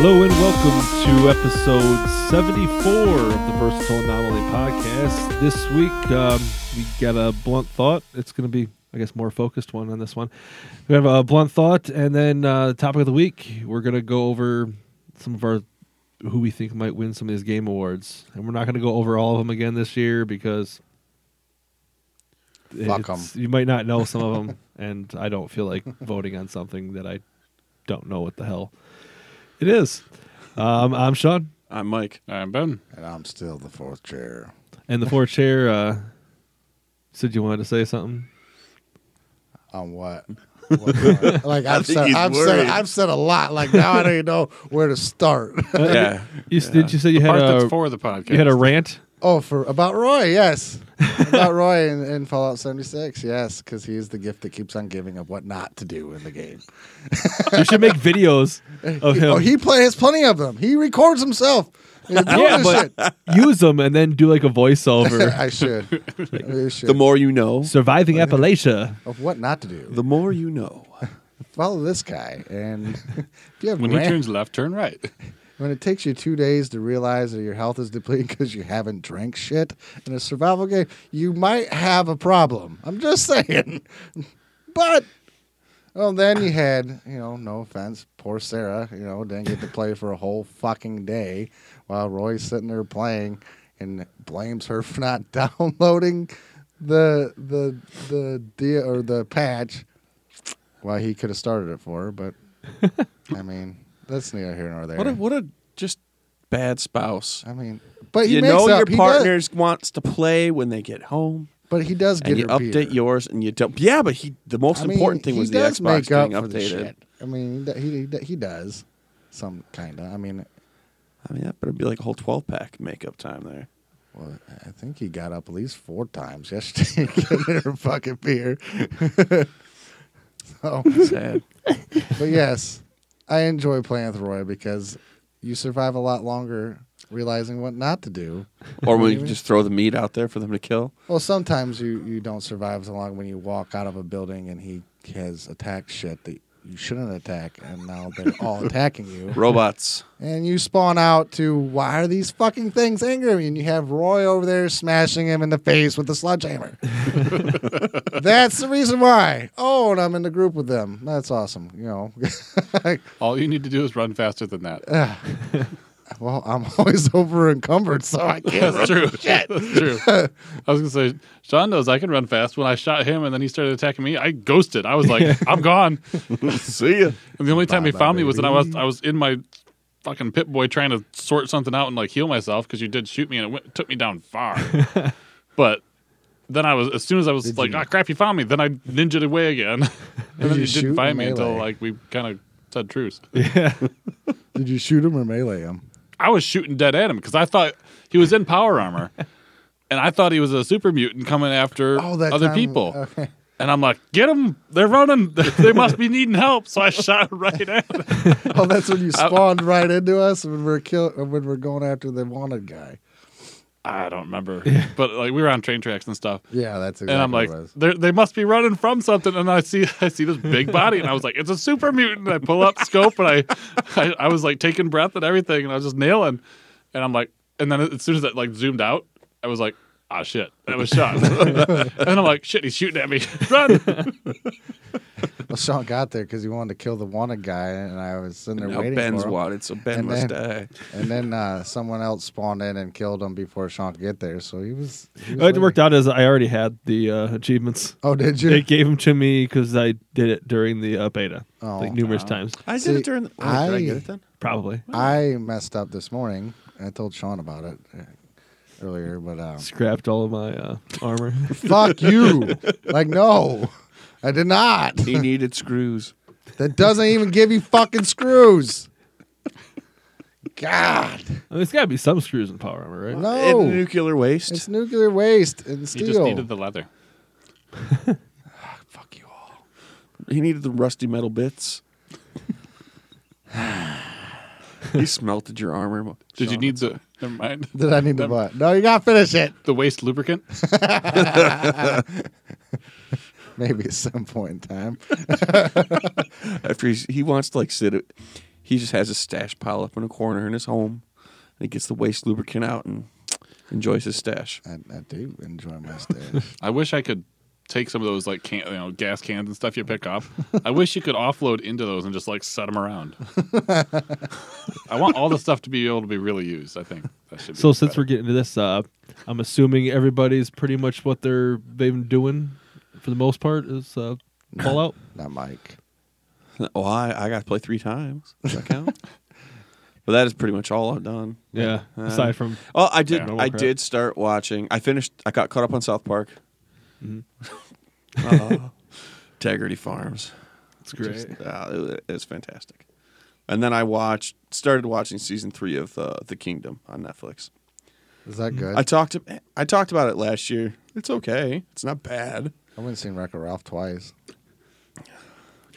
Hello and welcome to episode 74 of the Versatile Anomaly podcast. This week um, we got a blunt thought. It's going to be, I guess, more focused one on this one. We have a blunt thought, and then uh, the topic of the week. We're going to go over some of our who we think might win some of these game awards, and we're not going to go over all of them again this year because Fuck it's- You might not know some of them, and I don't feel like voting on something that I don't know what the hell it is. Um, I'm Sean, I'm Mike. I'm Ben. And I'm still the fourth chair. and the fourth chair uh, said you wanted to say something. On what? What- like I've think said, he's I've said, worried. I've said a lot. Like now I don't even know where to start. yeah. You s- did you say you The had part that's a for the podcast. you had a rant? oh, for about Roy, yes, about Roy in, in Fallout 76, yes, because he is the gift that keeps on giving of what not to do in the game. You should make videos of him. Oh, he plays plenty of them. He records himself. He's doing yeah, this but shit. use them and then do like a voiceover. I should. I should. The more you know, Surviving Appalachia. of what not to do. the more you know. Follow this guy, and if you have When rant- he turns left, turn right. When it takes you two days to realize that your health is depleted because you haven't drank shit in a survival game, you might have a problem. I'm just saying. But, well, then you had, you know, no offense, poor Sarah, you know, didn't get to play for a whole fucking day while Roy's sitting there playing and blames her for not downloading the the the deal or the patch. Well, he could have started it for her, but I mean, that's neither here nor there. What a what a just bad spouse. I mean, but Uh, he you makes know up. your He does- partners wants to play when they get home, but he does get and you her update beer. yours, and you don't. Yeah, but he the most I mean, important thing he was the does Xbox make up being for the updated. shit. I mean, he- he he, he does some kind of. I mean, I mean, that better be like a whole twelve pack makeup time there. well, I think he got up at least four times yesterday getting her fucking beer. so, Sad. but yes, I enjoy playing with Roy because you survive a lot longer realizing what not to do. or when you just throw the meat out there for them to kill. Well, sometimes you, you don't survive so long when you walk out of a building and he has attacked shit that you shouldn't attack, and now they're all attacking you. Robots. And you spawn out to why are these fucking things angry? at me?" And you have Roy over there smashing him in the face with a sledgehammer. That's the reason why. Oh, and I'm in the group with them. That's awesome. You know, All you need to do is run faster than that. well, I'm always over encumbered, so I can't. That's true. That's true. I was gonna say, Sean knows I can run fast. When I shot him and then he started attacking me, I ghosted. I was like, I'm gone. See ya. And the only time he Bye-bye, found me was when I was baby. I was in my fucking pit boy trying to sort something out and like heal myself because you did shoot me and it went, took me down far. but then I was as soon as I was like, ah, crap, you found me. Then I ninjaed away again. and you then you shoot didn't find me melee? until like we kind of said truce. Did you shoot him or melee him? I was shooting dead at him because I thought he was in power armor, and I thought he was a super mutant coming after Oh, that other time- people. okay. And I'm like, get them! They're running. they must be needing help. So I shot right at him. Oh, that's when you spawned right into us when we're kill- when we're going after the wanted guy. I don't remember, but like we were on train tracks and stuff. Yeah, that's exactly And I'm like, what it was. "They're- they must be running from something. And I see, I see this big body, and I was like, it's a super mutant. I pull up scope, and I, I, I was like taking breath and everything, and I was just nailing. And I'm like, and then as soon as that like zoomed out, I was like, ah, shit, that was shot. and I'm like, shit, he's shooting at me. Run! Well, Sean got there because he wanted to kill the wanted guy, and I was sitting there Now waiting Ben's for him. wanted, so Ben And must die. then- And then uh, someone else spawned in and killed him before Sean could get there. So he was. He was It worked waiting. out as I already had the uh, achievements. Oh, did you? They gave them to me because I did it during the uh, beta, Oh. like numerous times, I did See, it during. The, oh, did I I- get it then? probably. I messed up this morning. I told Sean about it uh, earlier, but um, Scrapped all of my uh, armor. fuck you! Like no, I did not. He needed screws. that doesn't even give you fucking screws. God, I mean, there's got to be some screws in Power Armor, right? no! And nuclear waste. Oh. it's nuclear waste and He just steel. needed the leather. Fuck you all. he needed the rusty metal bits. he smelted your armor. mo- Did you Sean. need the? Never mind. Did I need to buy? it? No, you gotta finish it. The waste lubricant. Maybe at some point in time. after he's, he wants to like sit it? He just has a stash pile up in a corner in his home, and he gets the waste lubricant out and enjoys his stash. I, I do enjoy my stash. I wish I could take some of those like can, you know gas cans and stuff you pick up. I wish you could offload into those and just like set them around. I want all the stuff to be able to be really used. I think that should. Be So since better. we're getting to this, uh, I'm assuming everybody's pretty much what they're they've been doing for the most part is uh, Fallout. Not Mike. Oh, I, I got to play three times. Does that count? but that is pretty much all I've done. yeah. Uh, Aside from Oh, I did. Yeah. I did start watching. I finished. I got caught up on South Park. mm-hmm. Uh-huh. Oh, Integrity Farms. it's great. Just, uh, it, wa- it was fantastic. And then I watched, started watching season three of uh, The Kingdom on Netflix. Is that good? Mm, I talked, I talked about it last year. It's okay. It's not bad. I went and seen Wreck-It Ralph twice.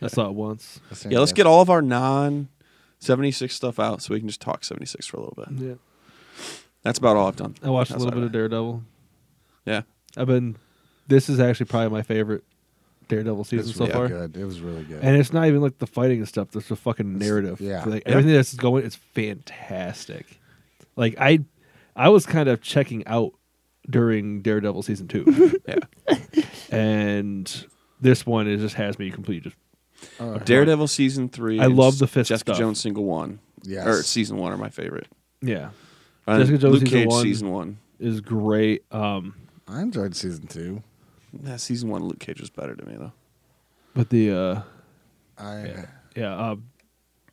I saw it once. I seen Yeah, let's that. get all of our non 76 stuff out so we can just talk 76 for a little bit. Yeah. That's about all I've done. I watched a That's little all bit of right. Daredevil. Yeah. I've been. This is actually probably my favorite Daredevil It was season so really far, Good. It was really good. and it's not even like the fighting and stuff. There's the fucking It's- narrative. yeah. Like Yeah. everything that's going, it's fantastic. Like I, I was kind of checking out during Daredevil season two, Yeah. and this one it just has me completely just Uh, Daredevil season three. I and love the Fisk Jessica stuff. Jones single one. Yes. Or season one are my favorite. yeah And Jessica Jones Luke season Cage one. season one. is great. Um, I enjoyed season two. Nah, season one Luke Cage was better to me though. but the uh, I yeah, um,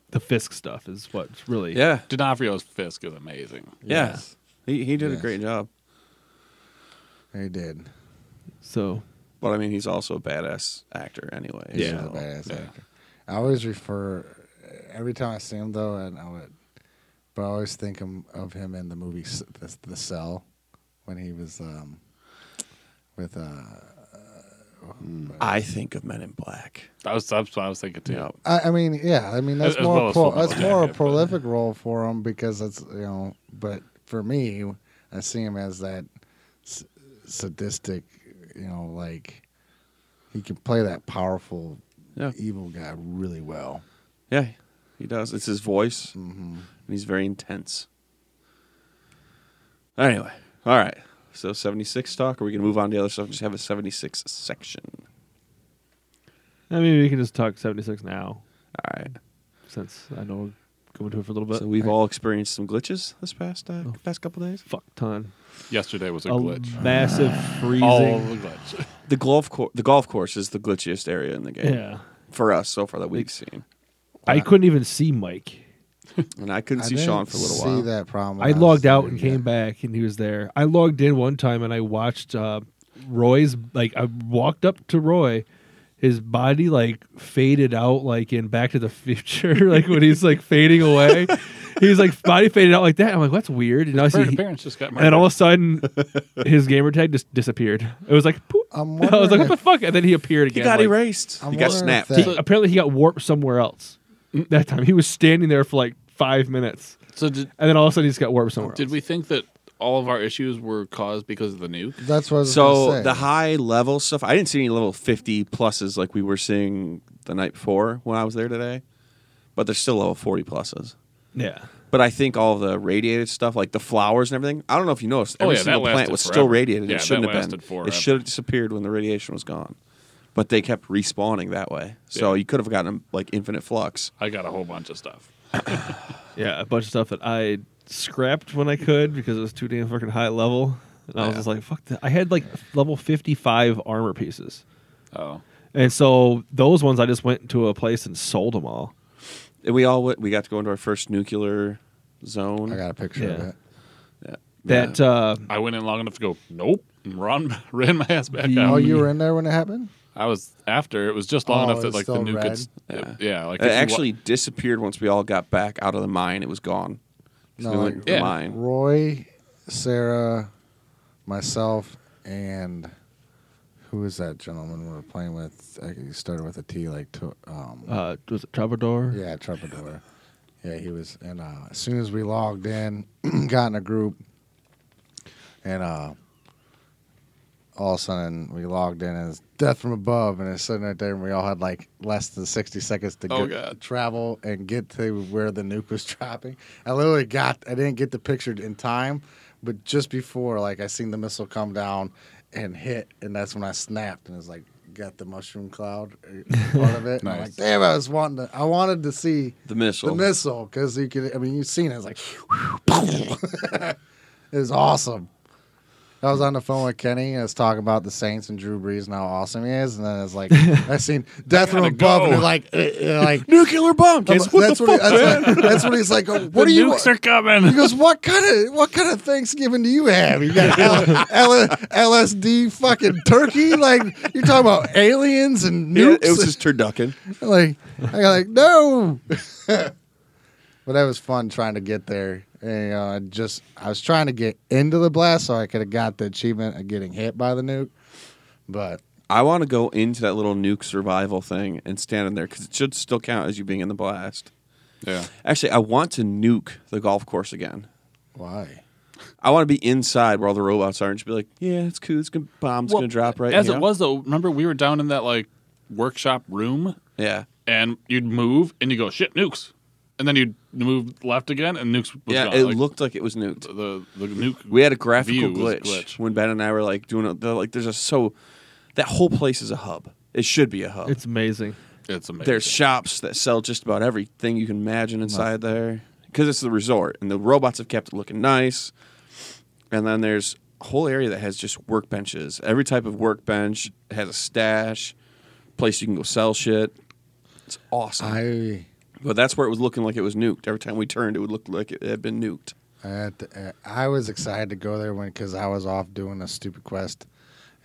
the Fisk stuff is what's really Yeah. D'Onofrio's Fisk is amazing. Yes. Yeah. He he did Yes. a great job. I did. So But I mean he's also a badass actor anyway. He's Yeah. a so, badass yeah. actor. I always refer every time I see him though, and I would, but I always think him, of him in the movie S- the, the Cell when he was um, with uh, I think of Men in Black. That was that's what I was thinking too. Yeah. I, I mean, yeah, I mean that's As- as more well as pro, football, that's yeah, more yeah, a but- prolific role for him because that's you know. But for me, I see him as that s- sadistic, you know, like he can play that powerful Yeah. evil guy really well. Yeah. He does. It's his voice. Mm-hmm. and he's very intense. Anyway, all right. So 76 talk. Are we going to move on to the other stuff? and Just have a 76 section. I mean we can just talk seventy six now All right. since I know we're going to it for a little bit. so we've all experienced some glitches this past uh, Oh. past couple days. fuck ton. Yesterday was a, A glitch. massive freezing. All the glitch. The golf course, the golf course is the glitchiest area in the game. yeah. For us so far that we've seen, I couldn't even see Mike. and I couldn't I see didn't Sean for a little see while. that problem. when I was logged out there, and yeah. came back, and he was there. I logged in one time and I watched uh, Roy's like I walked up to Roy, his body like faded out like in Back to the Future, like when he's like fading away. He's like body faded out like that. I'm like, that's weird. And I see, Her he- parents just got and murdered. then all of a sudden, his gamer tag just disappeared. It was like, poop. I'm I was like, wondering what the if- fuck? And then he appeared He again. got like- erased. I'm he got wondering if snapped. that- he- apparently, he got warped somewhere else. That time, he was standing there for like five minutes, so did, and then all of a sudden, he just got warped somewhere. did else. we think that all of our issues were caused because of the nuke? That's what. I was gonna So say. the high level stuff, I didn't see any level 50 pluses like we were seeing the night before when I was there today, but there's still level 40 pluses. Yeah. But I think all the radiated stuff, like the flowers and everything, I don't know if you noticed, Oh, every yeah, that single plant lasted was forever. still radiated. Yeah, it that shouldn't have been. lasted forever. It should have disappeared when the radiation was gone. But they kept respawning that way. So Yeah. you could have gotten like infinite flux. I got a whole bunch of stuff. Yeah, a bunch of stuff that I scrapped when I could because it was too damn fucking high level. And I was Yeah. just like, fuck that. I had like level 55 armor pieces. Oh, And so those ones I just went to a place and sold them all. And we all went, we got to go into our first nuclear zone. I got a picture of Yeah. it. Yeah. That Yeah. uh I went in long enough to go. Nope, and run, ran my ass back The- out. Oh, you were in there when it happened. I was after. It was just long Oh, enough that it's like the still nuke red. could. Yeah. yeah, like It if you wa- Uh, actually disappeared once we all got back out of the mine. It was gone. Just No, went like- to Yeah. mine. Roy, Sarah, myself, and who is that gentleman we were playing with? I- He started with a T, like to, um, Uh, was it Travador? yeah, Troubadour. Yeah, he was. And uh, as soon as we logged in, got in a group, and uh, all of a sudden we logged in and it's death from above, and it's sitting right there, and we all had like less than sixty seconds to Oh, get- God. travel and get to where the nuke was dropping. I literally got, I didn't get the picture in time, but just before, like I seen the missile come down and hit, and that's when I snapped, and it's like. Got the mushroom cloud uh, part of it. and I'm Nice. like, damn, I was wanting to, I wanted to see The missile. the missile because you could. I mean, you've seen it. It's like it was awesome. I was on the phone with Kenny and I was talking about the Saints and Drew Brees and how awesome he is, and then it's like I seen death from gotta above, and go. they're like, eh, eh, like Nuclear bomb. Kids. that's what, he, that's, what, that's what he's like. oh, what the do you? nukes are coming. He goes, what kind of what kind of Thanksgiving do you have? You got L- L- LSD fucking turkey? Like you're talking about aliens and Yeah, nukes? it was just turducken. like I got like no. but that was fun trying to get there. And uh, I just I was trying to get into the blast so I could have got the achievement of getting hit by the nuke. But I want to go into that little nuke survival thing and stand in there because it should still count as you being in the blast. Yeah. Actually, I want to nuke the golf course again. why? I want to be inside where all the robots are and just be like, yeah, it's cool. It's gonna, bomb's Well, gonna drop right As here. it was though, remember we were down in that like workshop room Yeah. and you'd move and you go shit nukes, and then you'd move left again and nukes. Was yeah, gone. it Like, looked like it was nuked. the the nuke. We had a graphical view was glitch, glitch. when Ben and I were like doing it. they're Like, there's just so that whole place is a hub. It should be a hub. It's amazing. It's amazing. there's shops that sell just about everything you can imagine inside there because it's the resort and the robots have kept it looking nice. And then there's a whole area that has just workbenches. Every type of workbench has a stash, place you can go sell shit. It's awesome. I but that's where it was looking like it was nuked. Every time we turned, it would look like it had been nuked. I, had to, uh, I was excited to go there when because I was off doing a stupid quest,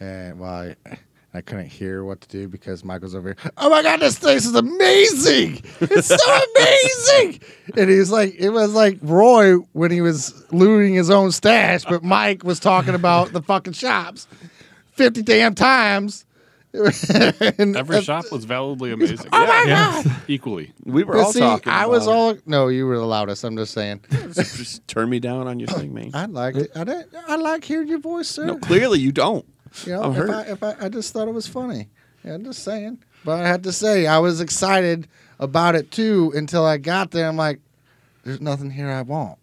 and well, I, I couldn't hear what to do because Michael's over here. Oh my god, this place is amazing! It's so amazing! And he's like, it was like Roy when he was looting his own stash, but Mike was talking about the fucking shops fifty damn times. and every shop was validly amazing. Oh my Yeah. god! Equally. We were But all see, talking. I was about all no, you were the loudest. I'm just saying. it. just turn me down on your thing, man. I liked it. I, didn't, I like hearing your voice, sir. No, clearly you don't. You know, I'm if hurt. I, if I, I just thought it was funny. Yeah, I'm just saying. But I had to say, I was excited about it too until I got there. I'm like, there's nothing here I want.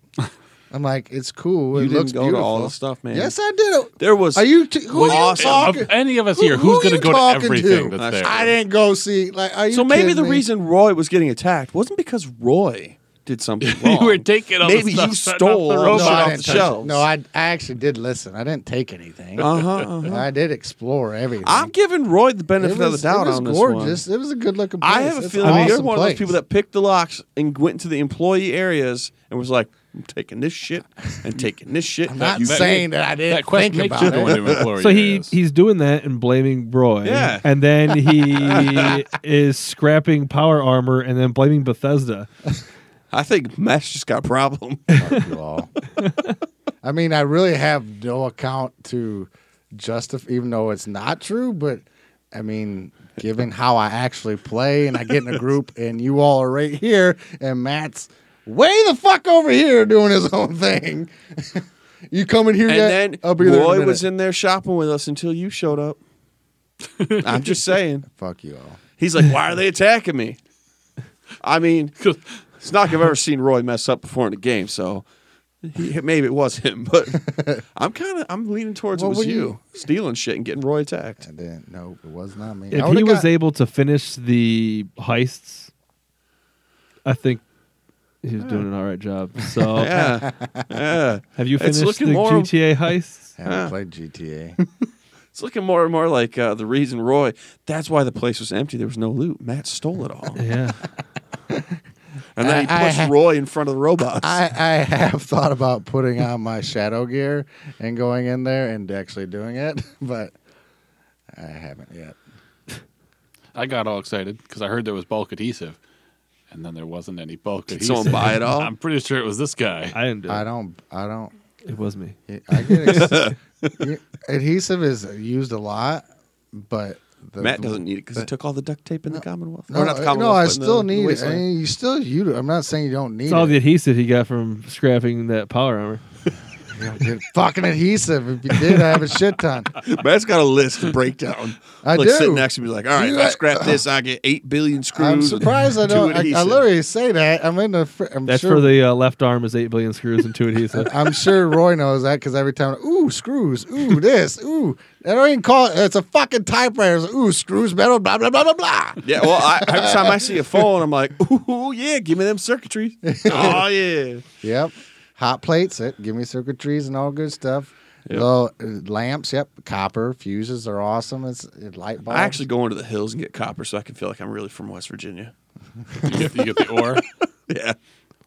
I'm like, it's cool. You it didn't looks go beautiful. to all the stuff, man. Yes, I did. It. There was. Are you? T- who are you Awesome. talking? Of any of us Who- here, who who's are going you to go talking to to? everything that's That's there? I didn't go see. Like, are you So maybe kidding the me? reason Roy was getting attacked wasn't because Roy did something wrong. You were taking all the maybe stuff, you setting up the stole all No, the robot. I shit off didn't the touch- shelves. No, I, I actually did listen. I didn't take anything. Uh huh. Uh-huh. I did explore everything. I'm giving Roy the It benefit was, of the doubt it was on this gorgeous. one. It was a good looking. Place. I have a It's feeling an you're awesome one of place. those people that picked the locks and went into the employee areas and was like, "I'm taking this shit and taking this shit." I'm not you- saying that I didn't That question think about makes you it. go into employee So he areas. he's doing that and blaming Roy. Yeah. And then he is scrapping power armor and then blaming Bethesda. I think Matt's just got a problem. Fuck you all. I mean, I really have no account to justify, even though it's not true. But I mean, given how I actually play, and I get in a group, and you all are right here, and Matt's way the fuck over here doing his own thing. you coming here and yet? then I'll be there. in a Roy minute. was in there shopping with us until you showed up. I'm just saying. Fuck you all. He's like, "Why are they attacking me?" I mean, It's not like I've ever seen Roy mess up before in the game, so he, maybe it was him. But I'm kind of I'm leaning towards What it was were you, you? stealing shit and getting Roy attacked. I didn't. No, it was not me. If I he would've was got- able to finish the heists, I think he was doing an all right job. So Yeah, yeah. have you It's finished the looking more- GTA heists? I haven't Ah. played GTA. It's looking more and more like uh, the reason Roy. That's why the place was empty. There was no loot. Matt stole it all, Yeah. and then he I- I pushed ha- Roy in front of the robots. I, I have thought about putting on my shadow gear and going in there and actually doing it, but I haven't yet. I got all excited because I heard there was bulk adhesive, and then there wasn't any bulk Did adhesive. someone buy it all? I'm pretty sure it was this guy. I didn't do it. I don't. I don't. It was me. I get ex- you- adhesive is used a lot, but the, Matt doesn't need it because he took all the duct tape in the Commonwealth. No, Or not the no, Commonwealth, I but in the- still the need it. I wasteland. mean, you still you. do- I'm not saying you don't need It's all the it. adhesive he got from scrapping that power armor. You don't get fucking adhesive. If you did, I have a shit ton. Matt's got a list to break down. I like do. sitting next to me, like, all right, You- I scrap this. I get eight billion screws. I'm and surprised I two don't. I, I adhesive. literally say that. I'm in the. Fr- I'm That's sure. for the uh, left arm is eight billion screws and two adhesive. I'm sure Roy knows that because every time, ooh, screws, ooh, this, ooh. I don't even call it. It's a fucking typewriter. It's, ooh, screws, metal, blah blah blah blah blah. Yeah, well, I, every time I see a phone, I'm like, ooh, yeah, give me them circuitry. oh, yeah. Yep. Hot plates, it. Give me circuitries and all good stuff. Yep. Low- uh, lamps, yep. Copper fuses are awesome. It's it, light bulbs. I actually go into the hills and get copper so I can feel like I'm really from West Virginia. you, get, you get the ore. Yeah.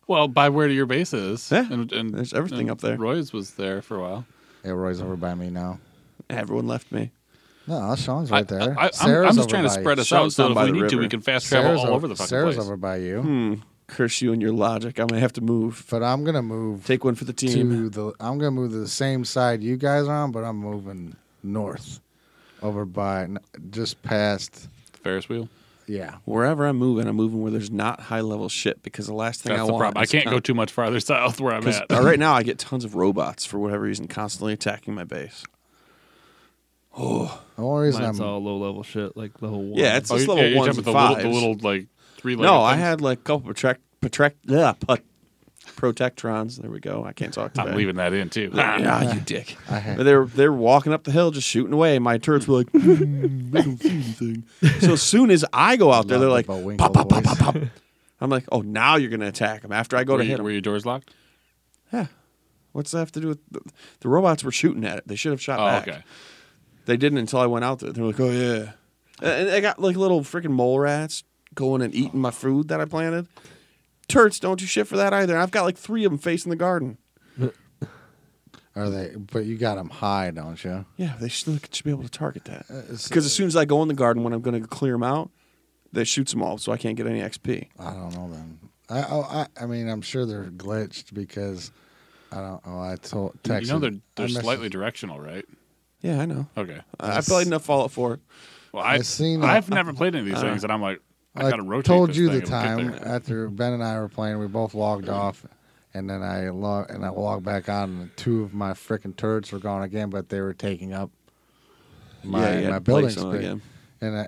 Well, by where your base is. Yeah, there's everything up there. Roy's was there for a while. yeah, Roy's over by me now. Everyone left me. No, Sean's right there. I, am Sarah's just over trying to by spread us Sean's out so down if by we the need to, river. we can fast travel Sarah's all over the fucking Sarah's place. Hmm. over by you. Curse you and your logic. I'm going to have to move. But I'm gonna move Take one for the to team. the. I'm gonna move to the same side you guys are on, but I'm moving north, over by n- just past. Ferris wheel. Yeah, Wherever I'm moving, I'm moving where there's not high level shit because the last thing That's I the want. problem. I is can't con- go too much farther south where I'm 'cause, at. Oh, uh, right now, I get tons of robots for whatever reason constantly attacking my base. the only reason Mine's I'm all low level shit, like level one. Yeah, it's Oh, just you- level yeah, you're ones talking and about the fives. little, the little like three. no, I had like a couple protect, protect, yeah, put, protectrons. There we go. I can't talk. Today. I'm leaving that in too. Ah, you dick. I had- But they're they're walking up the hill, just shooting away. My turrets were like, "Hmm, I don't see anything. So as soon as I go out there, they're Love like, the Bowinkle pop, pop, pop, voice. pop, pop. I'm like, oh, now you're gonna attack them. After I go were, to you- hit were them, your doors locked? yeah. What's that have to do with the, the robots? Were shooting at it. They should have shot Oh, back. okay. They didn't until I went out there. They're like, oh yeah, and I got like little freaking mole rats going and eating my food that I planted. Turrets don't do shit for that either. I've got like three of them facing the garden. Are they? But you got them high, don't you? Yeah, they should, should be able to target that. Uh, it's- Because as soon as I go in the garden, when I'm going to clear them out, they shoots them all, so I can't get any XP. I don't know then. I oh, I, I mean I'm sure they're glitched because I don't. Oh, I told Texas. You know they're I they're messaged- slightly directional, right? Yeah, I know. Okay. I I played enough Fallout 4. Well, I, I've seen a- I've never played any of these things, and I'm like, I, I gotta rotate. told this you thing the and time get there. after Ben and I were playing, we both logged off, and then I log and I logged back on, and two of my freaking turrets were gone again, but they were taking up my yeah, you had my to play building some space. again. And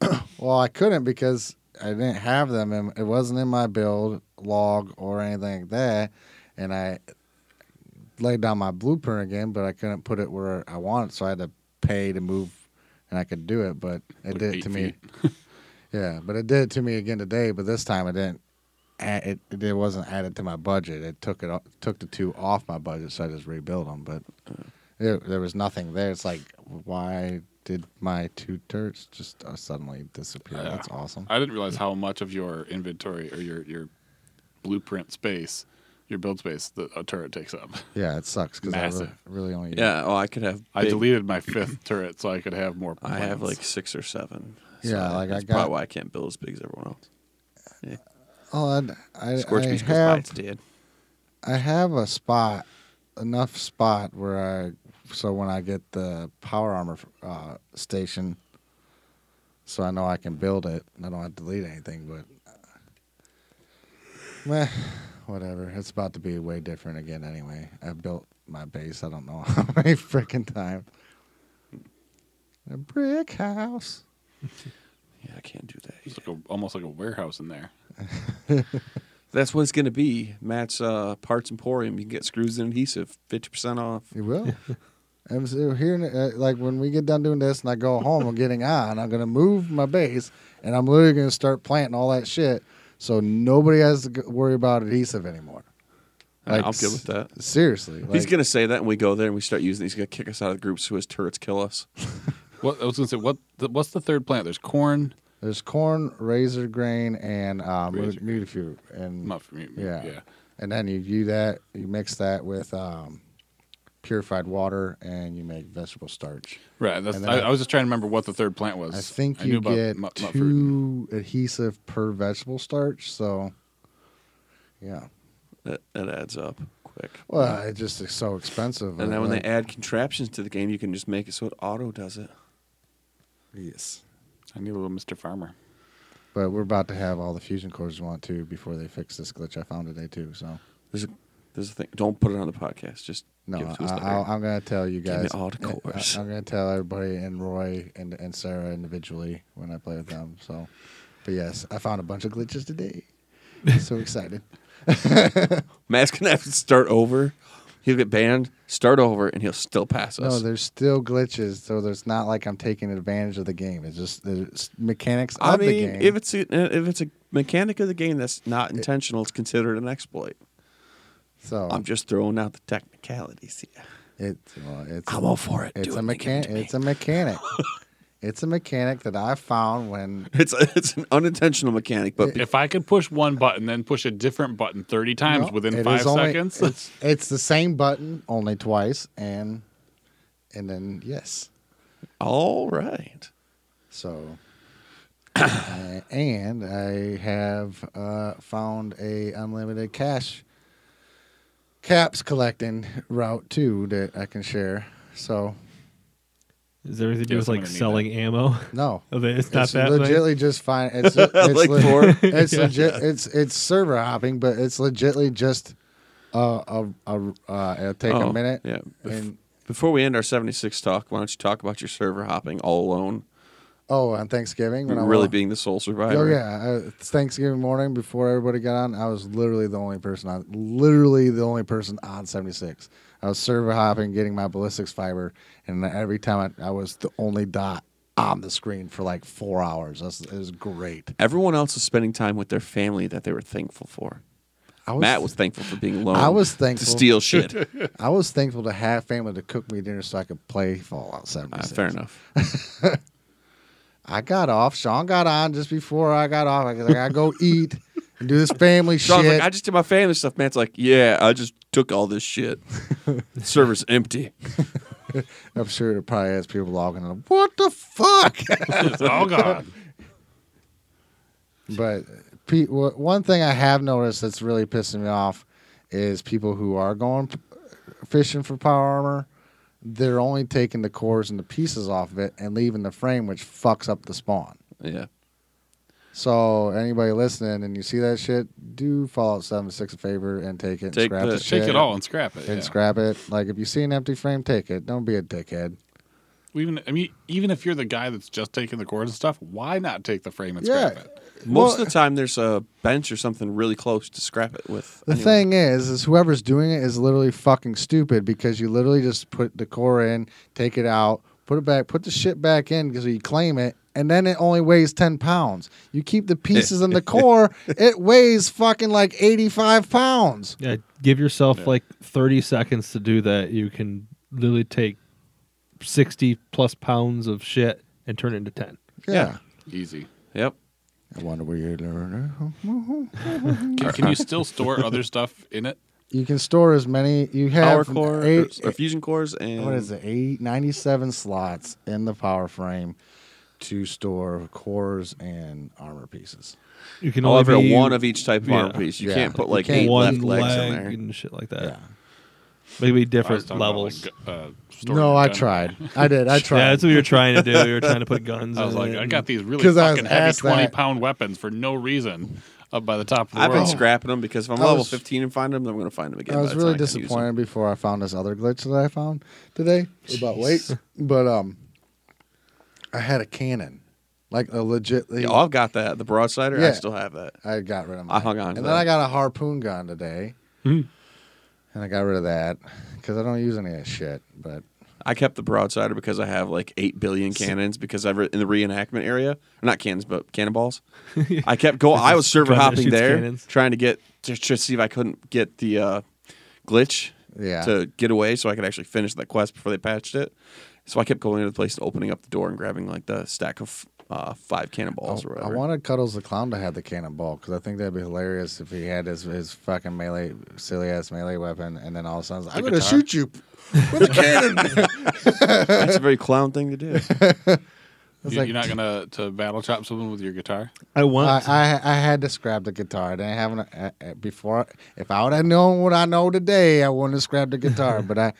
I, well, I couldn't because I didn't have them. In, it wasn't in my build log or anything like that. And I laid down my blueprint again, but I couldn't put it where I wanted, so I had to pay to move, and I could do it, but it Like did it eight to me. yeah, but it did it to me again today. But this time it didn't. add- It, it it wasn't added to my budget. It took it o- took the two off my budget, so I just rebuilt them. But Uh. there, there was nothing there. It's like, why did my two turrets just uh, suddenly disappear? Yeah. That's awesome. I didn't realize how much of your inventory or your your blueprint space, your build space, the a turret takes up. yeah, it sucks because I really, Massive. really only Yeah, oh, I could have. I big- deleted my fifth turret so I could have more. I have plans. like six or seven. Yeah, like, I that's got- probably why I can't build as big as everyone else. Oh, I, I, Scorch I Beach goes by, have it's dead. I have a spot, enough spot where I, so when I get the power armor uh, station, so I know I can build it. and I don't have to delete anything, but uh, meh, whatever. It's about to be way different again anyway. I built my base. I don't know how many freaking times. A brick house. Yeah, I can't do that. It's like a, almost like a warehouse in there. That's what it's going to be. Matt's uh, Parts Emporium. You can get screws and adhesive, 50% off. You will. I'm so hearing it, uh, like when we get done doing this and I go home, I'm getting on. I'm gonna move my base and I'm literally gonna start planting all that shit, so nobody has to g- worry about adhesive anymore. Like, I'm good with that. Seriously, He's like, going to say that, and we go there and we start using these. He's going to kick us out of the group so his turrets kill us. What I was gonna say, what the, what's the third plant? There's corn, There's corn, razor grain, and uh, mu- Razor mutafu, and muff, yeah, yeah. yeah. and then you do that. You mix that with um, purified water and you make vegetable starch. Right. That's, And then I, I- I was just trying to remember what the third plant was. I think knew you about get mu- mu- fruit. two adhesive per vegetable starch. So, yeah. That, that adds up quick. Well, it just is so expensive. And then when they like- add contraptions to the game, you can just make it so it auto does it. yes, I need a little Mr. Farmer. but we're about to have all the fusion cores we want to before they fix this glitch I found today too. So There's a there's a thing. Don't put it on the podcast. Just no, give it to I, us later. I, I'm gonna tell you Give me guys. all the I- cores. I, am gonna tell everybody and Roy and and Sarah individually when I play with them. So, but yes, I found a bunch of glitches today. so excited. Matt's gonna have to start over. He'll get banned. Start over, and he'll still pass No, us. there's still glitches, so there's not like I'm taking advantage of the game. It's just the mechanics of I the mean, game. if it's a, if it's a mechanic of the game that's not intentional, it's considered an exploit. so I'm just throwing out the technicalities here. it's well, it's I'm all for it. it's Do a it, they give it mechanic. to me. It's a mechanic. it's a mechanic that I found when It's a, it's an unintentional mechanic, but If I could push one button, then push a different button 30 times No, within it five is only- seconds. It's, it's the same button only twice, and and then yes. all right. So, uh, and I have uh, found a unlimited cash caps collecting route too that I can share. So Is there anything to do Yeah, with I'm like gonna need selling ammo? no, Of it? It's not it's that. way? legitly just fine. It's, it's, Like le- four? it's legit. It's it's server hopping, but it's legitly just uh, a a uh, it'll take Oh, a minute. yeah. And Before we end our 76 talk, why don't you talk about your server hopping all alone? oh, on Thanksgiving when I really wa- being the sole survivor. Oh yeah, uh, Thanksgiving morning before everybody got on, I was literally the only person on, literally the only person on seventy six. I was server hopping, getting my ballistics fiber, and every time I, I was the only dot on the screen for like four hours. That's, it was great. Everyone else was spending time with their family that they were thankful for. I was, Matt was thankful for being alone. I was to thankful. steal shit. Uh, I was thankful to have family to cook me dinner so I could play Fallout seventy six. Uh, Ah, fair enough. I got off. Sean got on just before I got off. I was like, I go eat and do this family Sean's shit. like, I just did my family stuff. Matt's like, yeah, I just took all this shit. The server's empty. I'm sure it probably has people logging in. What the fuck? it's all gone. But pe- wha- one thing I have noticed that's really pissing me off is people who are going p- fishing for power armor, they're only taking the cores and the pieces off of it and leaving the frame, which fucks up the spawn. Yeah. So anybody listening and you see that shit, do Fallout 76 a favor and take it and Take scrap the- the, Shake shit it all and scrap it. and yeah. scrap it. Like if you see an empty frame, take it. Don't be a dickhead. Even I mean, even if you're the guy that's just taking the cords and stuff, why not take the frame and Yeah. scrap it? Most of the time, there's a bench or something really close to scrap it with. The anyway. thing is, is whoever's doing it is literally fucking stupid because you literally just put the core in, take it out, put it back, put the shit back in because you claim it, and then it only weighs ten pounds. You keep the pieces in the core, it weighs fucking like eighty-five pounds. Yeah, give yourself Yeah. like 30 seconds to do that. You can literally take 60 plus pounds of shit and turn it into 10. Yeah. Easy. Yep. I wonder where you're learning. Can, can you still store other stuff in it? You can store as many you Power have. core, eight- or fusion cores, and what is it? Eight, 97 slots in the power frame to store cores and armor pieces. You can However, only be one of each type of armor yeah. piece. You Yeah. can't put like can't- eight one left legs leg in there. and shit like Uh, that. Yeah. Maybe I was different talking about, levels. like, gu- uh, storing No, your I gun. tried. I did. I tried. yeah, that's what you were trying to do. You were trying to put guns. I was in like, it I and- got these really 'Cause I was fucking heavy asked that. twenty pound weapons for no reason up by the top of the I've been world. scrapping them because if I'm I level was- 15 and find them, then I'm going to find them again. I by was the really time can use 'em. disappointed before I found this other glitch that I found today about weight. But um, I had a cannon, like a legit. Yeah, oh, I've got that. The broadsider, I Yeah. still have that. I got rid of. I hung on and to then that. Hmm. I got a harpoon gun today, and I got rid of that because I don't use any of that shit. But I kept the broadsider because I have like eight billion cannons because I've re- in the reenactment area, or not cannons but cannonballs. I kept going. I was server Gun that hopping shoots there, cannons. trying to get just to see if I couldn't get the uh, glitch Yeah. to get away, so I could actually finish that quest before they patched it. So I kept going into the place and opening up the door and grabbing like the stack of uh, five cannonballs or Oh, I whatever. wanted Cuddles the Clown to have the cannonball because I think that'd be hilarious if he had his, his fucking melee, silly ass melee weapon, and then all of a sudden, it's like, I'm going to guitar? shoot you with a cannon. That's a very clown thing to do. It's You, like- are not gonna to battle chop someone with your guitar. I want. to. I, I I had to scrap the guitar. I didn't have an, uh, uh, before. If I would have known what I know today, I wouldn't have scrapped the guitar. but I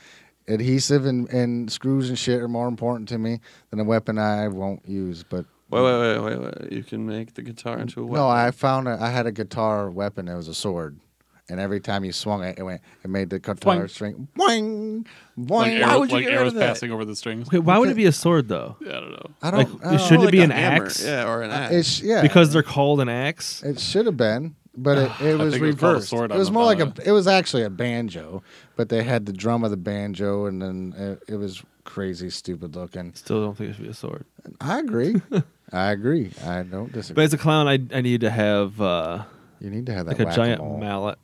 adhesive and, and screws and shit are more important to me than a weapon I won't use. But Wait, wait, wait, wait, wait. You can make the guitar into a weapon. no, I found a, I had a guitar weapon. It was a sword. And every time you swung it, it went. It made the guitar Boing. string boing, boing. Like, Why arrow- would you like get rid arrows of that? passing over the strings. Okay, why would it be a sword though? I don't know. I Like, don't. it oh, shouldn't Like be a an hammer, axe? Yeah, or an axe. Uh, It's, yeah, Because they're called an axe. It should have been, but it, it was think it was called a reversed. It was, sword on the- more like on a. It was actually a banjo, but they had the drum of the banjo, and then it, it was crazy, stupid looking. Still don't think it should be a sword. I agree. I agree. I don't But disagree. as a clown, I I need to have uh, you need to have that like a giant whack-a-mole. mallet.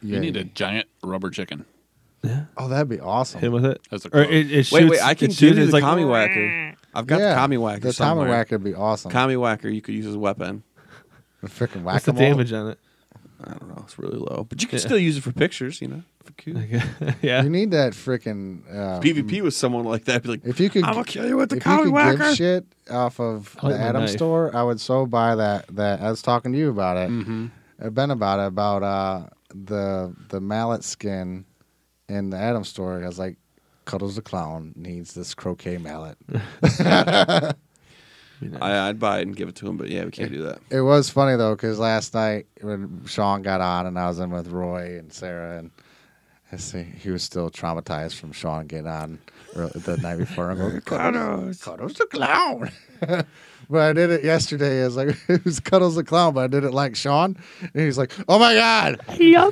Yeah, you need a giant rubber chicken. Oh, that'd be awesome. Hit him with it. That's a or clown. it, it shoots, wait, wait. I can it do shoots, the it's like, commie whacker. I've got yeah, the commie whacker. The somewhere. Tommy Whacker would be awesome. Commie whacker. You could use as a weapon. the freaking What's the whack-a-mole. damage on it? I don't know. It's really low, but you can Yeah. still use it for pictures. You know, for cute. yeah. You need that freaking. Uh, PvP with someone like that. Be like, If you could, I'm gonna kill you with the if you commie could whacker. give shit off of I like the my Adam knife. store, I would so buy that. That I was talking to you about it, Mm-hmm. uh, Ben about it about uh, the the mallet skin in the Adam store. I was like, Cuddles the clown needs this croquet mallet. Be nice. I, I'd buy it and give it to him, but yeah, we can't do that. It was funny though, because last night when Sean got on and I was in with Roy and Sarah, and I see he was still traumatized from Sean getting on ear- the night before. I'm going, Cuddles, Cuddles the clown. but I did it yesterday. I was like, it was Cuddles the clown, but I did it like Sean, and he's like, oh my god. I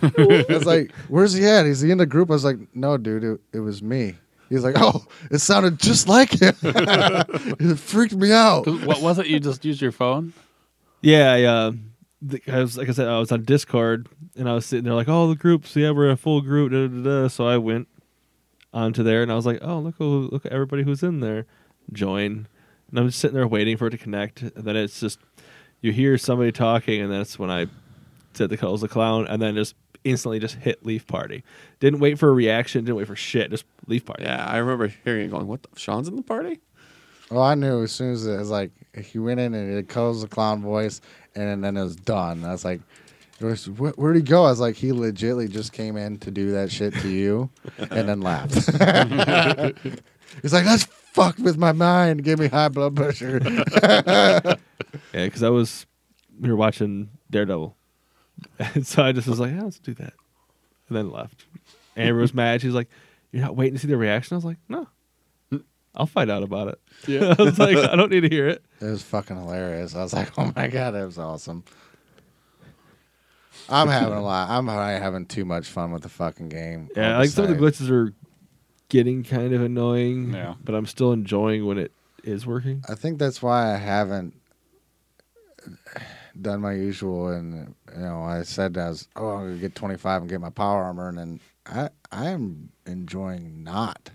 was like, where's he at? Is he in the group? I was like, no, dude, it, it was me. He's like, oh, it sounded just like him. it freaked me out. What was it? You just used your phone. Yeah, I, uh, th- I was like I said, I was on Discord and I was sitting there like, oh, the groups, yeah, we're a full group. Da, da, da, da. So I went onto there and I was like, oh, look, who, look at everybody who's in there, join. And I'm just sitting there waiting for it to connect, and then it's just you hear somebody talking, and that's when I said the cuddles the clown, and then just instantly just hit leaf party. Didn't wait for a reaction, didn't wait for shit, just leaf party. Yeah, I remember hearing it, going, "What? The, Sean's in the party? Well, I knew as soon as it was like he went in and it calls the clown voice, and then it was done. I was like, it was, "Where- "Where'd he go?" I was like, "He legitly just came in to do that shit to you, and then laughed." He's like, "That's fucked with my mind. Give me high blood pressure." Yeah, because I was we were watching Daredevil, and so I just was like, yeah, let's do that, and then left. Amber was mad. She's like, "You're not waiting to see the reaction." I was like, "No, I'll find out about it." Yeah. I was like, "I don't need to hear it." It was fucking hilarious. I was like, "Oh my god, that was awesome." I'm having a lot. I'm having too much fun with the fucking game. Yeah, I'll like just some of the say. glitches are getting kind of annoying, Yeah. but I'm still enjoying when it is working. I think that's why I haven't done my usual. And you know, I said I was, oh, I'm gonna get 25 and get my power armor, and then I I am enjoying not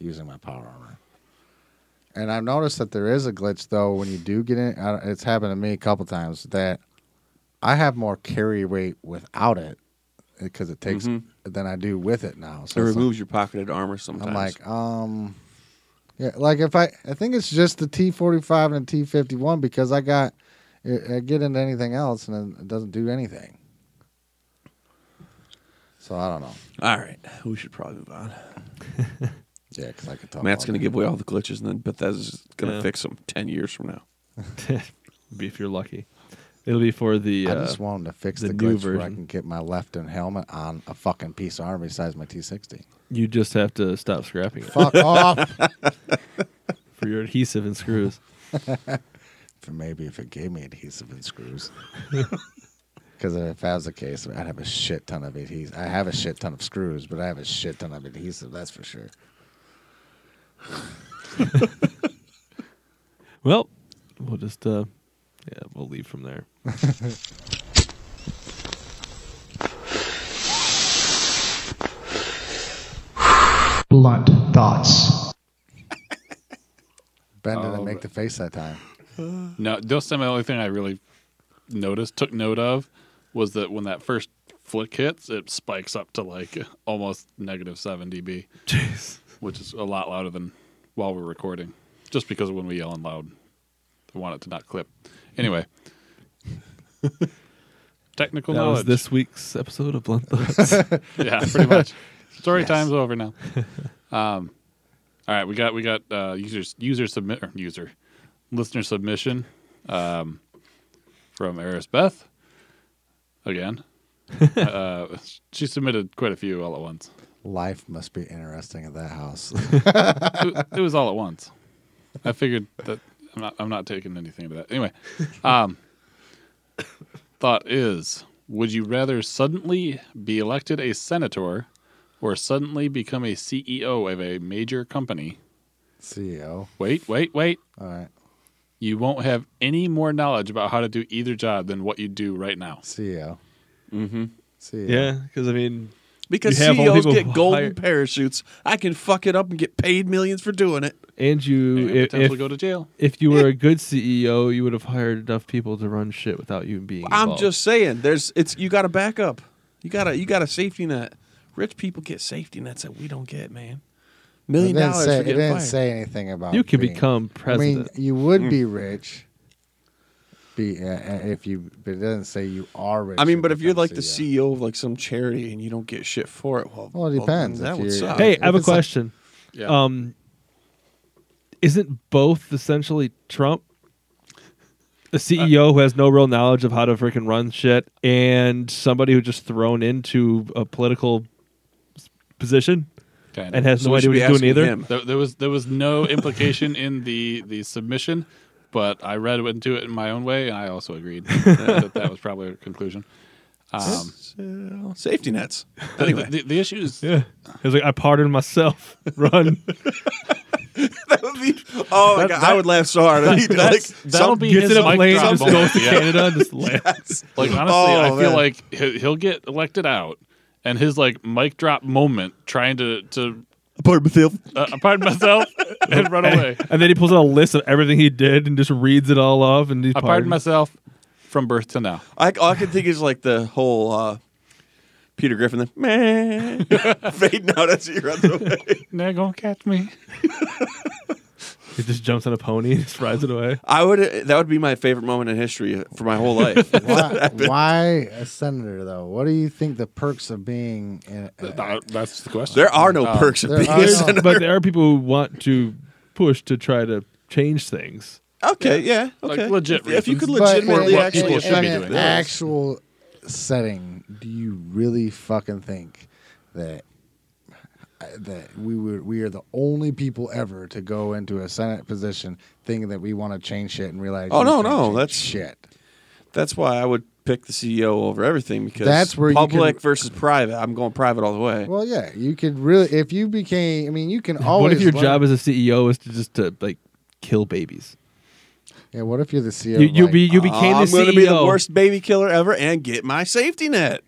using my power armor. And I've noticed that there is a glitch though when you do get in. I- It's happened to me a couple times that I have more carry weight without it because it takes Mhm. than I do with it now. It So it's like- removes your pocketed armor sometimes. I'm like, um, yeah, like if I, I think it's just the T45 and the T51 because I got, I I get into anything else and then it doesn't do anything. So I don't know. all right, we should probably move on. Yeah, because I could talk. Matt's all gonna day. give away all the glitches, and then Bethesda's gonna Yeah. fix them ten years from now. if you're lucky, it'll be for the. I uh, just want him to fix the the, new glitch where I version. can get my left and helmet on a fucking piece of armor besides my T60. you just have to stop scrapping it Fuck off. for your adhesive and screws. If- Maybe if it gave me adhesive and screws. Because if that was the case, I'd have a shit ton of adhesive. I have a shit ton of screws, but I have a shit ton of adhesive. That's for sure. Well, we'll just uh yeah, we'll leave from there. blunt thoughts. Ben didn't Oh, make but- the Oh, face that time. No, just the only thing I really noticed, took note of, was that when that first flick hits, it spikes up to like almost negative seven dB, Jeez. which is a lot louder than while we're recording, just because when we yell and loud, I want it to not clip. Anyway, technical That was knowledge. this week's episode of Blunt Thoughts. yeah, pretty much. Story Yes. time's over now. Um, all right, we got we got uh, users user submit or user listener submission um, from Eris Beth again. uh, she submitted quite a few all at once. Life must be interesting at that house. It, it was all at once. I figured that I'm not I'm not taking anything to that. Anyway, um, thought is: Would you rather suddenly be elected a senator, or suddenly become a CEO of a major company? CEO. Wait, wait, wait. E All right. You won't have any more knowledge about how to do either job than what you do right now. CEO. Mm-hmm. CEO. yeah, because I mean, Because You have all CEOs people get golden hired- parachutes. I can fuck it up and get paid millions for doing it. and you, And if, potentially if, go to jail. if you were a good CEO, you would have hired enough people to run shit without you being. I'm involved. just saying, there's it's you got a backup. You got a you got a safety net. Rich people get safety nets that we don't get, man. It Million didn't, dollars say, for it getting didn't fired. say anything about You can being- become president. I mean, you would Mm. be rich. Be uh, uh, if you, but it doesn't say you are rich. I mean, if but if you're become E like the CEO of like some charity and you don't get shit for it, well, Well, it depends that if would you're- suck. hey, if I have a it's like- question. Yeah. Um, isn't both essentially Trump, a CEO who has no real knowledge of how to freaking run shit, and somebody who just thrown into a political s- position Kind and has So no we idea should what be he's doing asking either? him. There, there was there was no implication in the the submission, but I read into it in my own way, and I also agreed that that was probably a conclusion. Um, So, safety nets. anyway, Anyway, the, the issue is Yeah. He's like, I pardoned myself. Run. that would be. Oh my That- god, that- I would laugh so hard. that's- Like, that's- that'll some- be Gets his in a mic plane, drop just moment, goes to yeah. Canada and just lands. like honestly, Oh, I feel man. like he- he'll get elected out, and his like mic drop moment trying to to Pardon myself. uh, pardon myself and run away. and then he pulls out a list of everything he did and just reads it all off. And he I pardon myself from birth to now. I, all I can think is like the whole uh, Peter Griffin, the man fading out as he runs away. They're gonna catch me. He just jumps on a pony and just rides it away. I would. uh, That would be my favorite moment in history for my whole life. why, why a senator though? What do you think the perks of being? In, uh, that's the question. there are no Um, perks of Oh, there being are a no- senator. but there are people who want to push to try to change things. Okay, yeah, Like, okay. legit If, if you reasons. could But- legitimately what actually, people should be in an doing. actual setting, do you really fucking think that that we were we are the only people ever to go into a senate position thinking that we want to change shit and realize? Oh, we no, can't no, change that's- shit. that's why I would pick the CEO over everything because That's where you public can- versus private. I'm going private all the way. Well, yeah, you could really if you became. I mean, you can always. what if your learn- job as a CEO is to just to like kill babies? Yeah, what if you're the CEO? you you like, be you became "Oh, I'm the E gonna CEO. be the worst baby killer ever and get my safety net.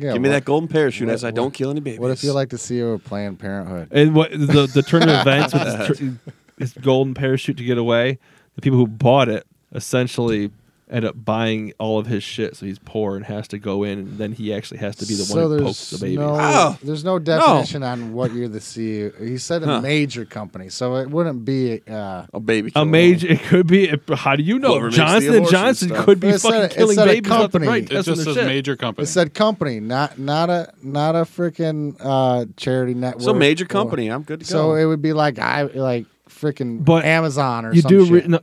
yeah, Give me what- that golden parachute what- as I don't kill any babies. What if you're like the CEO of Planned Parenthood? And what the the turn of events with this, tr- this golden parachute to get away? The people who bought it essentially end up buying all of his shit, so he's poor and has to go in, and then he actually has to be the So one who there's pokes the babies. No, Oh, there's no definition on what you're the CEO. He said a Huh. major company, so it wouldn't be. Uh, a baby? Killer. A major, it could be. How do you know? Whoever makes the Johnson and abortion Johnson stuff. could be But it said- fucking it killing said a babies left and company. right. It It That's just their says shit. major company. it said company, not not a not a freaking uh, charity network. So major or- company. I'm good to so go. it would be like I like freaking But Amazon or you some do shit. re- no,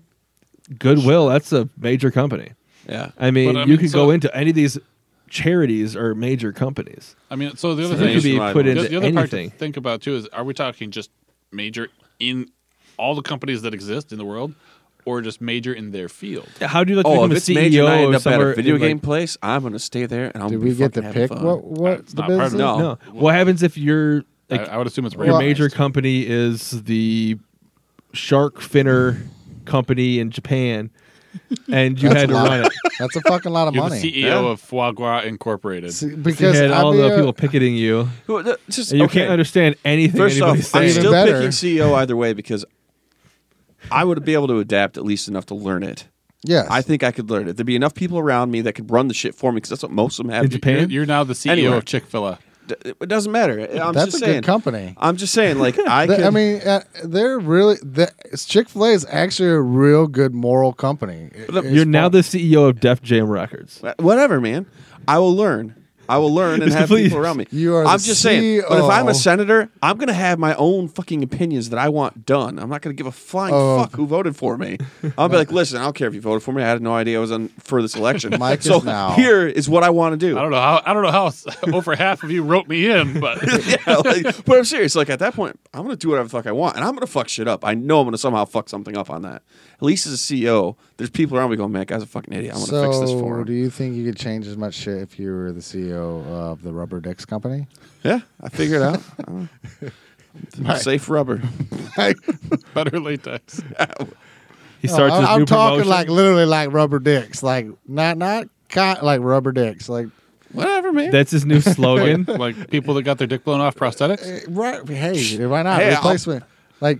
Goodwill. That's a major company. yeah. I mean, But, I you mean, could so- go into any of these charities or major companies. I mean, so the So other you thing could is be Nationwide put one. the, into the other part to anything. think about too is: are we talking just major in all the companies that exist in the world, or just major in their field? How do you like Oh, become if a it's major, and I CEO of end up at E somewhere? a video in, like- game place. I'm gonna stay there and I'm. Did be we get to fucking having pick fun. what what It's the not part of- business? No. no. What happens if you're like I, I would assume it's your Well- major company is the shark finner company in Japan, and you That's had to a lot. run it That's a fucking lot of You're money. the CEO Yeah. of Foie Gras Incorporated. See, E you because had all I'd be the a- people picketing you, Well, th- Just, and you okay. can't understand anything First off, anybody's I'm saying. Even still better. picking CEO either way because I would be able to adapt at least enough to learn it. Yes. I think I could learn it. There'd be enough people around me that could run the shit for me because that's what most of them have. In Japan? You're, you're now the CEO Anywhere. of Chick Fil A. D- It doesn't matter. I'm That's just a saying. good company. I'm just saying. Like I, Th- could, I mean, uh, they're really Chick Fil A is actually a real good moral company. It- But the- it's You're now fun. the CEO of Def Jam Records. Wha- Whatever, man. I will learn. I will learn and Mr. have Please. people around me. You are I'm the E just saying. But if I'm CEO. a senator, I'm gonna have my own fucking opinions that I want done. I'm not gonna give a flying Oh. fuck who voted for me. I'll be like, listen, I don't care if you voted for me. I had no idea I was on for this election. Mike is so now- here is what I want to do. I don't know how I don't know how over half of you wrote me in, but yeah, like, but I'm serious. Like at that point, I'm gonna do whatever the fuck I want, and I'm gonna fuck shit up. I know I'm gonna somehow fuck something up on that. At least as a CEO, there's people around me going, "Man, that guy's a fucking idiot. I'm gonna so, fix this for him." do you think you could change as much shit if you were the CEO of the Rubber Dicks Company? yeah, I figured it out. Uh, Safe rubber. better latex. He starts No, his Oh, I'm, new I'm talking promotion. like literally like rubber dicks, like not not co- like rubber dicks, like Whatever, man. That's his new slogan. like people that got their dick blown off prosthetics. eh, right? Hey, why not Hey, I'll- replacement? Like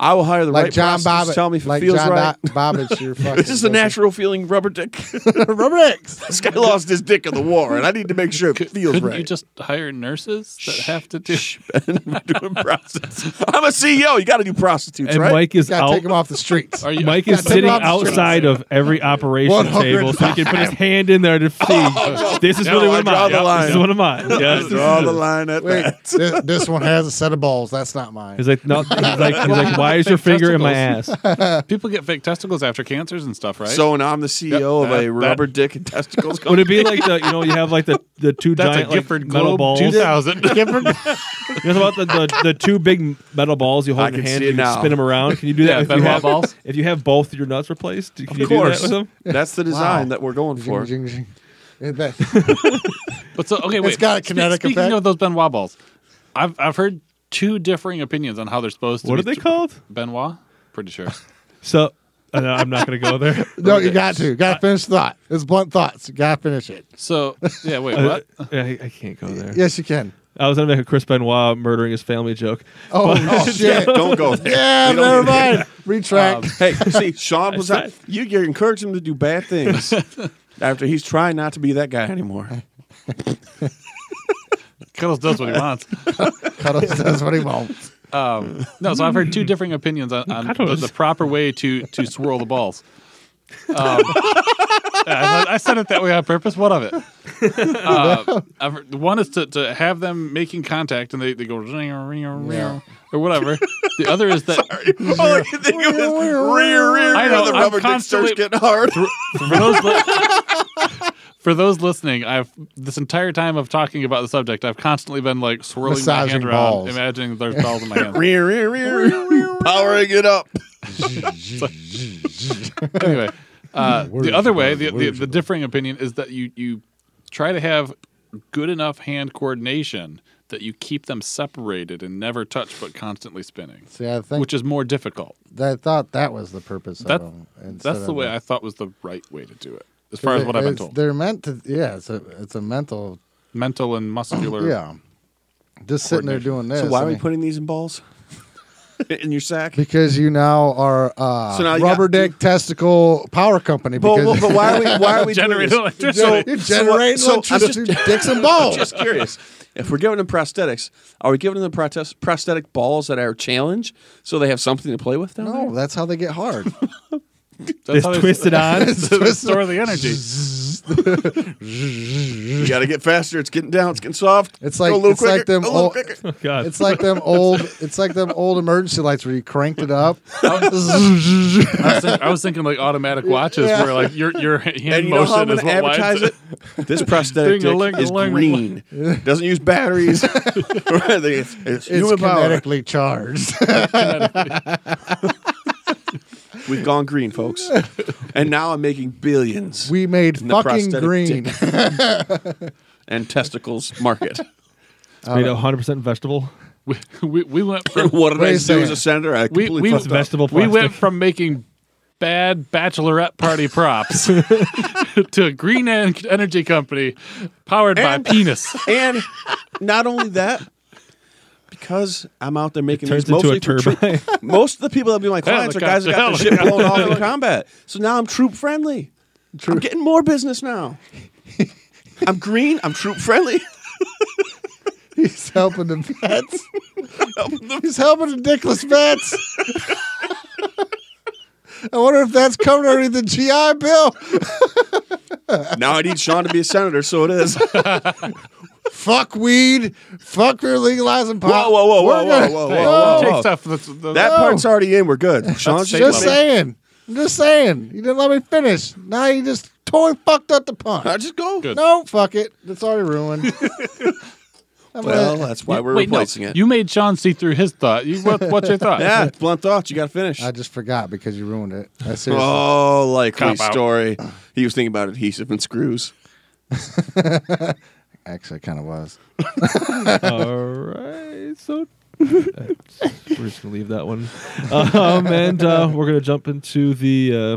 I will hire the like right John person to Bobbitt, Tell me if like it feels John right. Do- Bobbitt, your fucking. this is the natural feeling rubber dick. rubber dicks. this guy lost his dick in the war, and I need to make sure it feels Couldn't right. you just hire nurses that have to do? I'm doing prostitutes. I'm a CEO. You got to do prostitutes, and right? Mike is Gotta out. take them off the streets. Are you Mike is take sitting him off the streets. outside of every operation 100. table, so he can put his hand in there to Oh, see. This is No, really I one of draw mine. the line. This is one of mine. Yes. Draw the line at Wait, that. this, this one has a set of balls. That's not mine. He's like, no. He's like, he's like, why is your finger in my ass? People get fake testicles after cancers and stuff, right? So now I'm the CEO Yep, of that- a rubber dick and testicles Would company. it be like the you know you have like the the two that's giant a Gifford like, metal Globe balls? You know 2000. about the, the the two big metal balls you hold I in can your hand see it and you now. spin them around? Can you do that Yeah, if you Benoit have balls. If you have both your nuts replaced, can you Of do that course, with them? that's the design that we're going Jing, for. jing, jing. Eh, that- But so okay, wait. got a Spe- kinetic Speaking effect. of those Benoit balls, I've I've heard two differing opinions on how they're supposed to. What be are they t- called? Benoit. Pretty sure. So uh, no, I'm not going to go there. no, you got to. Got to finish the thought. It's blunt thoughts. You got to finish it. So yeah, wait. Uh, What? I, I can't go there. Yes, you can. I was going to make a Chris Benoit murdering his family joke. Oh, Oh, shit. Don't go there. yeah, We don't never need that. mind. Retract. Um, Hey, see, Sean was out. You, you're encouraging him to do bad things after he's trying not to be that guy anymore. Cuddles does what he wants. Cuddles does what he wants. Um, no, so I've heard two differing opinions on, on the, Cuddles. the proper way to to swirl the balls. Um, I, I said it that way on purpose. What of it? Uh, I've heard- one is to, to have them making contact and they, they go ring ring Yeah. ring or whatever. The other is that All you think of is rear, rear, I rear. know, The I'm rubber dick starts constantly- getting hard. for those li- for those listening, I've this entire time of talking about the subject, I've constantly been like swirling Massaging my hand balls. around, imagining there's balls in my hand. Rear, rear, rear. Powering it up. anyway, uh, the other way, the, the, the differing opinion is that you you try to have good enough hand coordination that you keep them separated and never touch, but constantly spinning, See, I think which is more difficult. I thought that was the purpose That- of them. That's the way I thought was the right way to do it, as far as what I've been told. They're meant to. Yeah, it's a it's a mental. Mental and muscular. Yeah. Just sitting there doing this. So why I are we mean, putting these in balls? in your sack? Because you now are uh, So now you rubber got- dick testicle power company. But, Because but, but why are we, why are we doing Generated this? you're electricity. So what- generating so I'm electricity just- through dicks and balls. just curious. If we're giving them prosthetics, are we giving them prosthetics, prosthetic balls that are challenge so they have something to play with? Down no, there? that's how they get hard. That's It's how they- twisted on. that's how they store the energy. you got to get faster. It's getting down. It's getting soft. It's Go a like- little it's like quicker, them go a little all- quicker. God, It's like them old. It's like them old emergency lights where you cranked it up. I was, think- I was thinking like automatic watches Yeah. where like your your hand And you know how I'm motion going is to what advertise lights it? it. This prosthetic dick Ding-a-ling, is a-ling. green. Doesn't use batteries. it's it's It's human power. kinetically charged. We've gone green, folks. And now I'm making billions we made in the fucking prosthetic green. dick and testicles market. it's made 100 percent vegetable. We, we, we went And from what did Wait a I do as second. a senator? I we, completely we, fucked up. vegetable we went plastic. from making bad bachelorette party props to a green en- energy company powered by penis. And not only that, because I'm out there making turns these into mostly a for turbine. troop- most of the people that be my clients the are guys that got cops- their shit hell, blown off in combat. So now I'm troop friendly. I'm getting more business now. I'm green. I'm troop friendly. He's helping the vets. He's helping the dickless vets. I wonder if that's covered under the GI Bill. now I need Sean to be a senator, so it is. whoa, Fuck weed. Fuck your legalizing pot. whoa, whoa, whoa, We're whoa, gonna- whoa, whoa, Hey, whoa, take whoa. stuff that's- that's- That No. part's already in. We're good. Sean's state Just level. saying. I'm just saying. You didn't let me finish. Now you just totally fucked up the pun. I just go. Good. No, fuck it. It's already ruined. I'm Well, gonna- that's why we're Wait, no, replacing it. You made Sean see through his thought. You, what, what's your thought? yeah, it's blunt thoughts. You got to finish. I just forgot because you ruined it. I seriously. Oh, likely Cop out. story. He was thinking about adhesive and screws. Actually, I kind of was. All right, so that's- we're just gonna leave that one, um, and uh, we're gonna jump into the uh,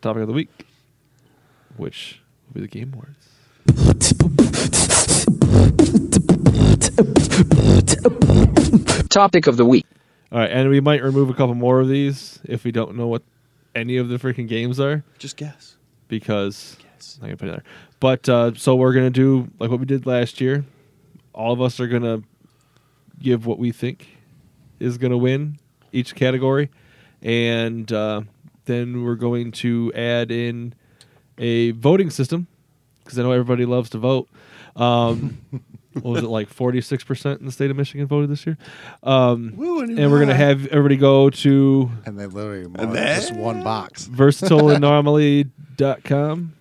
topic of the week, which will be the game awards. Topic of the week. All right, and we might remove a couple more of these if we don't know what any of the freaking games are Just guess. because Yes. I'm not gonna put it there. But uh, so we're gonna do like what we did last year. All of us are gonna give what we think is gonna win each category, and uh, then we're going to add in a voting system because I know everybody loves to vote. Um, what was it like? Forty-six percent in the state of Michigan voted this year, um, Woo, a new and we're gonna high. have everybody go to And they literally marked that- just one box. versatileanomaly.com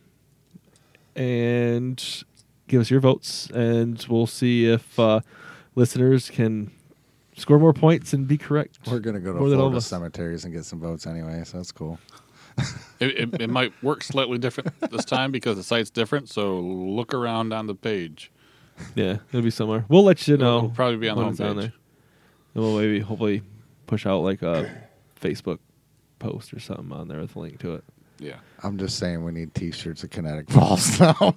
and give us your votes and we'll see if uh, listeners can score more points and be correct We're gonna go to More than all of Florida us. cemeteries and get some votes anyway, so that's cool. It, it, it might work slightly different this time because the site's different. So look around on the page. yeah it'll be somewhere we'll let you know It'll probably be on the when it's homepage. and we'll maybe hopefully push out like a facebook post or something on there with a link to it Yeah. I'm just saying we need T-shirts of Kinetic Falls now.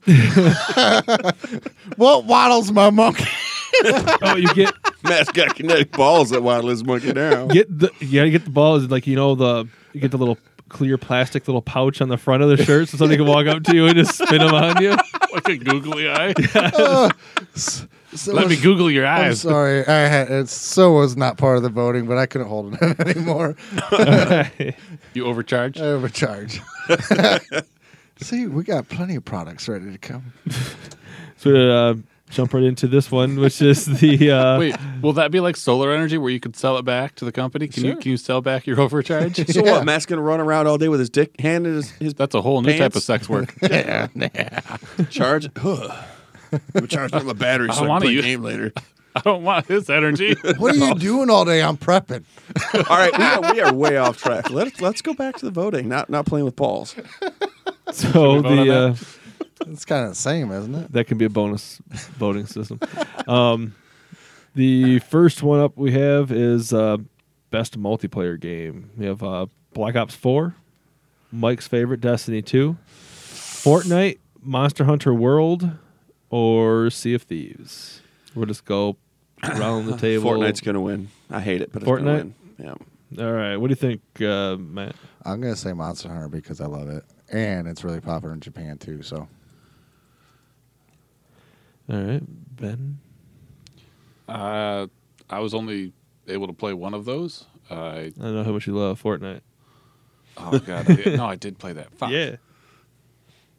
what waddles my monkey? oh you get Matt's got kinetic balls that waddle his monkey down. get the you gotta get the balls like you know the you get the little clear plastic little pouch on the front of the shirt so somebody can walk up to you and just spin them on you Like a googly eye. So Let me Google your I'm eyes. sorry, I had it. So was not part of the voting, but I couldn't hold it in anymore. You overcharged. I overcharge. See, we got plenty of products ready to come. So we're gonna uh, jump right into this one, which is the uh, Wait, will that be like solar energy where you could sell it back to the company? Can you Sure. can you sell back your overcharge? So Yeah. what? Matt's gonna run around all day with his dick hand in his, his That's a whole new type Pants? of sex work. Yeah, charge. I'm charging up my battery I so I can wanna play use- game later. I don't want his energy. What are you doing all day? I'm prepping. all right, we are, we are way off track. Let's let's go back to the voting. Not not playing with balls. so vote on the uh, It's kind of the same, isn't it? that can be a bonus voting system. Um, the first one up we have is uh, best multiplayer game. We have uh, Black Ops Four, Mike's favorite Destiny Two, Fortnite, Monster Hunter World, or Sea of Thieves. We'll just go around the table. Fortnite's gonna win. I hate it, but it's Fortnite? gonna win. Yeah. All right, what do you think, uh, Matt? I'm gonna say Monster Hunter because I love it, and it's really popular in Japan too. So All right, Ben. Uh, I was only able to play one of those. I I don't know how much you love Fortnite. oh god, I did, no, I did play that. Fuck. Yeah.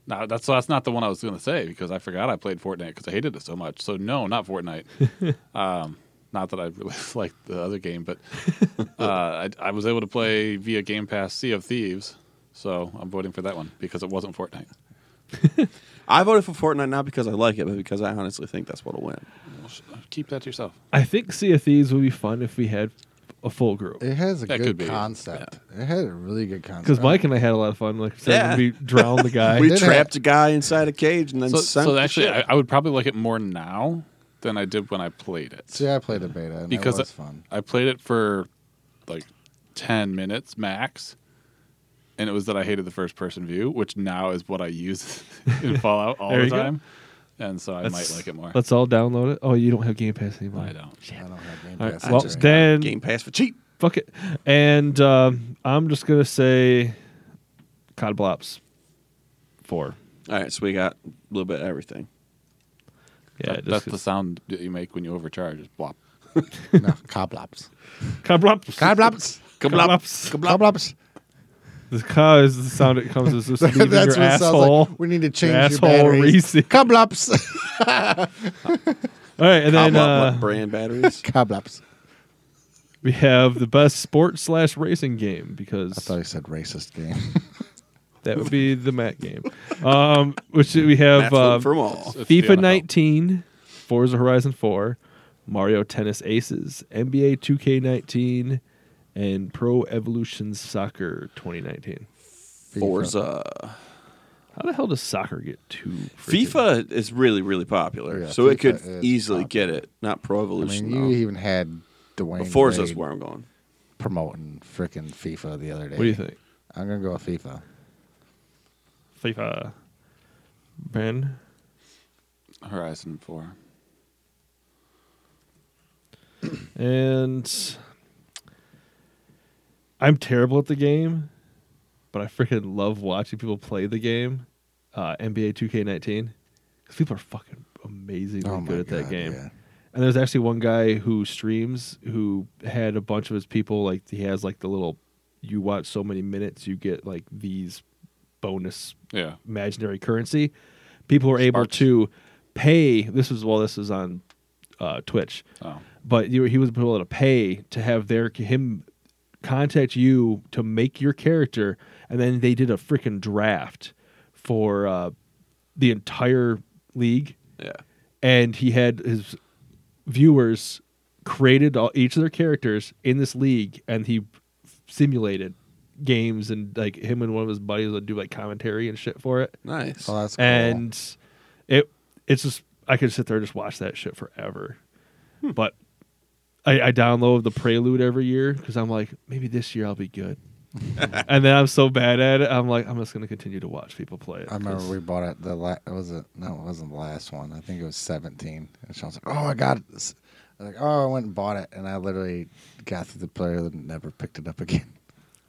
No, that's that's not the one I was going to say because I forgot I played Fortnite because I hated it so much. So no, not Fortnite. um, not that I really liked the other game, but uh, I, I was able to play via Game Pass Sea of Thieves. So I'm voting for that one because it wasn't Fortnite. I voted for Fortnite not because I like it, but because I honestly think that's what'll win. Well, sh- Keep that to yourself. I think Sea of Thieves would be fun if we had a full group. it has a That could good be, concept. It had a really good concept. Because Mike and I had a lot of fun. Like I said, Yeah. we drowned the guy. We did trapped have- a guy inside a cage and then So, sunk so the actually, ship. I, I would probably like it more now than I did when I played it. See, I played the beta and because that was I, fun. I played it for like 10 minutes max and it was that I hated the first person view which now is what I use in Fallout all There the you go. time and so I Let's- might like it more. Let's all download it. Oh, you don't have Game Pass anymore. I don't. I don't have Game All Pass. right, I well, just- then Game Pass for cheap. fuck it. And um, I'm just gonna say, COD Blops, four. All right, so we got a little bit of everything. Yeah, That- that's just the sound that you make when you overcharge. It's blop. no, Coblops. COD Blops. Coblops. COD Kablop. Blops. Coblops. The COD is the sound it comes as just leaving That's your what it sounds asshole. like. We need to change your asshole batteries. Reese. Coblops. All right, and then Kablop, what uh, brand batteries? Coblops. we have the best sports slash racing game because I thought you said racist game. that would be the Matt game, um, which we have That's uh, one from all. It's the FIFA NFL. 19, Forza Horizon 4, Mario Tennis Aces, NBA 2K19, and Pro Evolution Soccer 2019. Forza. How the hell does soccer get two? freaking- FIFA is really, really popular, Yeah, so it FIFA could is easily get it. Not Pro I Evolution. mean, you though. even had Dwayne But Forza's Wade where I'm going. promoting freaking FIFA the other day. What do you think? I'm gonna go with FIFA. FIFA. Ben? Horizon Four. And I'm terrible at the game, but I freaking love watching people play the game, uh, NBA 2K19, because people are fucking amazingly Oh my good at that God, game. yeah. And there's actually one guy who streams who had a bunch of his people like he has like the little you watch so many minutes you get like these bonus Yeah. imaginary currency. People were able Sparks. to pay. This was well, this was on uh, Twitch, Oh. but you, he was able to pay to have their him contact you to make your character, and then they did a freaking draft for uh, the entire league, Yeah. and he had his viewers created all, each of their characters in this league, and he simulated games and like him and one of his buddies would do like commentary and shit for it Nice. Oh, that's cool. and it it's just I could sit there and just watch that shit forever. Hmm. But I, I download the Prelude every year because I'm like, maybe this year I'll be good. and then I'm so bad at it, I'm like, I'm just gonna continue to watch people play it. I remember 'cause- we bought it. The la- was it? No, it wasn't the last one. I think it was seventeen. And Sean's like, "Oh, I got this." I was like, "Oh, I went and bought it," and I literally got through the player and never picked it up again.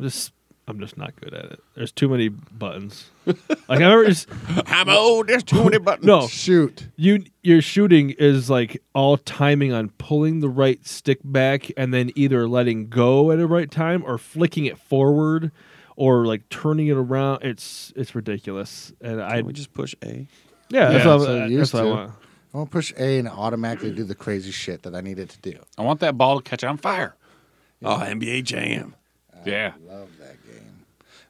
I'm just I'm just not good at it. There's too many buttons. like I remember just I'm old. There's too many buttons. no Shoot! you your shooting is like all timing on pulling the right stick back and then either letting go at a right time or flicking it forward or like turning it around it's it's ridiculous and i Can we just push A? yeah, that's, Yeah, what, so I, that's used what I to. want I want to push A and automatically do the crazy shit that I needed to do. I want that ball to catch on fire. Oh, NBA Jam. yeah. Love that game.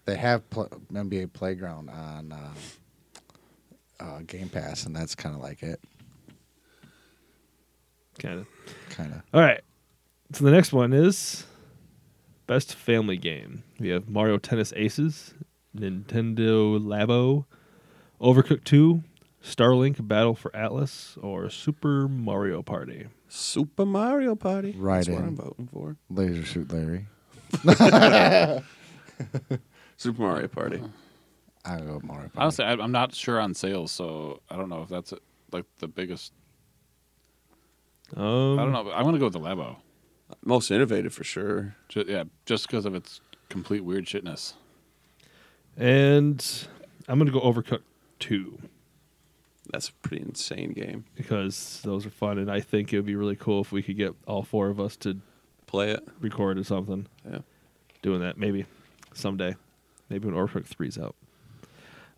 They have pl- NBA Playground on uh, uh, Game Pass, and that's kind of like it. kind of Kind of. all right so the next one is best family game we have mario tennis aces nintendo labo overcooked 2 starlink battle for atlas or super mario party Super Mario Party. Right That's what in. I'm voting for. Laser shoot, Larry. Super Mario Party. Uh-huh. I go Mario. Party. Honestly, I, I'm not sure on sales, so I don't know if that's like the biggest. um I don't know. I want to go with the Labo. Most innovative for sure. Ju- yeah, just because of its complete weird shitness. And I'm going to go Overcooked 2 That's a pretty insane game. because those are fun. And I think it would be really cool if we could get all four of us to Play it. record or something Yeah. doing that. Maybe someday. Maybe when Overcooked 3's out.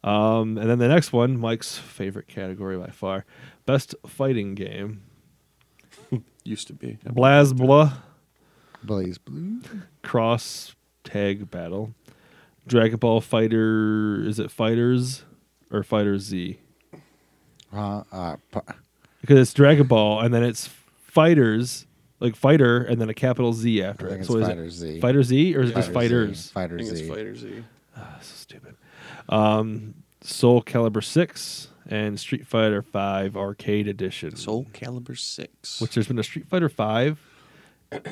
Um, and then the next one, Mike's favorite category by far Best Fighting Game Used to be. Blazbla Blaze Blue. Cross Tag Battle. Dragon Ball Fighter. Is it Fighters or Fighter Z? Uh, uh, pa- because it's Dragon Ball and then it's fighters, like fighter, and then a capital Z I after it. think it's So is Fighter it Z. Fighter Z or is it just Fighter fighters? Z. I Fighter think it's Z. Fighter Z. Ah, so stupid. Um, Soul Calibur Six and Street Fighter Five Arcade Edition. Soul Calibur 6. Which there's been a Street Fighter Five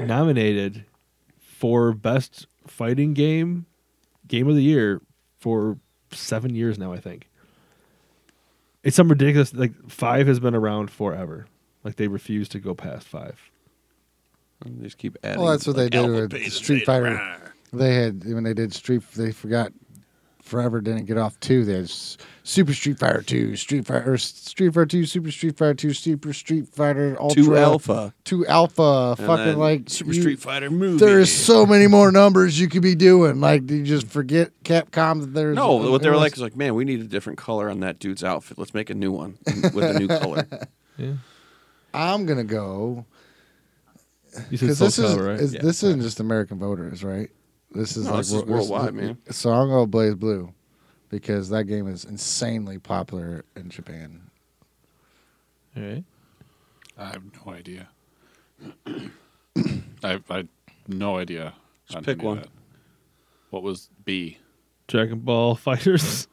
nominated for best fighting game, game of the year for seven years now. I think. It's some ridiculous. Like five has been around forever. Like they refuse to go past five. They just keep adding. Well, that's what they Like, did Alpha, with Beta, Street Zeta, Fighter. rah. They had when they did Street, they forgot Forever didn't get off two. They had S- Super Street Fighter Two, Street Fighter, or S- Street Fighter Two, Super Street Fighter Two, Super Street Fighter Ultra, two alpha. two alpha, and fucking then like Super you- Street Fighter movie. There's so many more numbers you could be doing. Like you just forget Capcom that there's no. What they were unless- like is like, man, we need a different color on that dude's outfit. Let's make a new one with a new color. Yeah. I'm gonna go You said because this SoCal, is, right? is Yeah. this isn't just American voters, right? This is No, like this is wor- worldwide, man. So I'm gonna Blaze Blue because that game is insanely popular in Japan. All right. I have no idea. I I no idea. Just on pick any of one. that. What was B? Dragon Ball Fighters.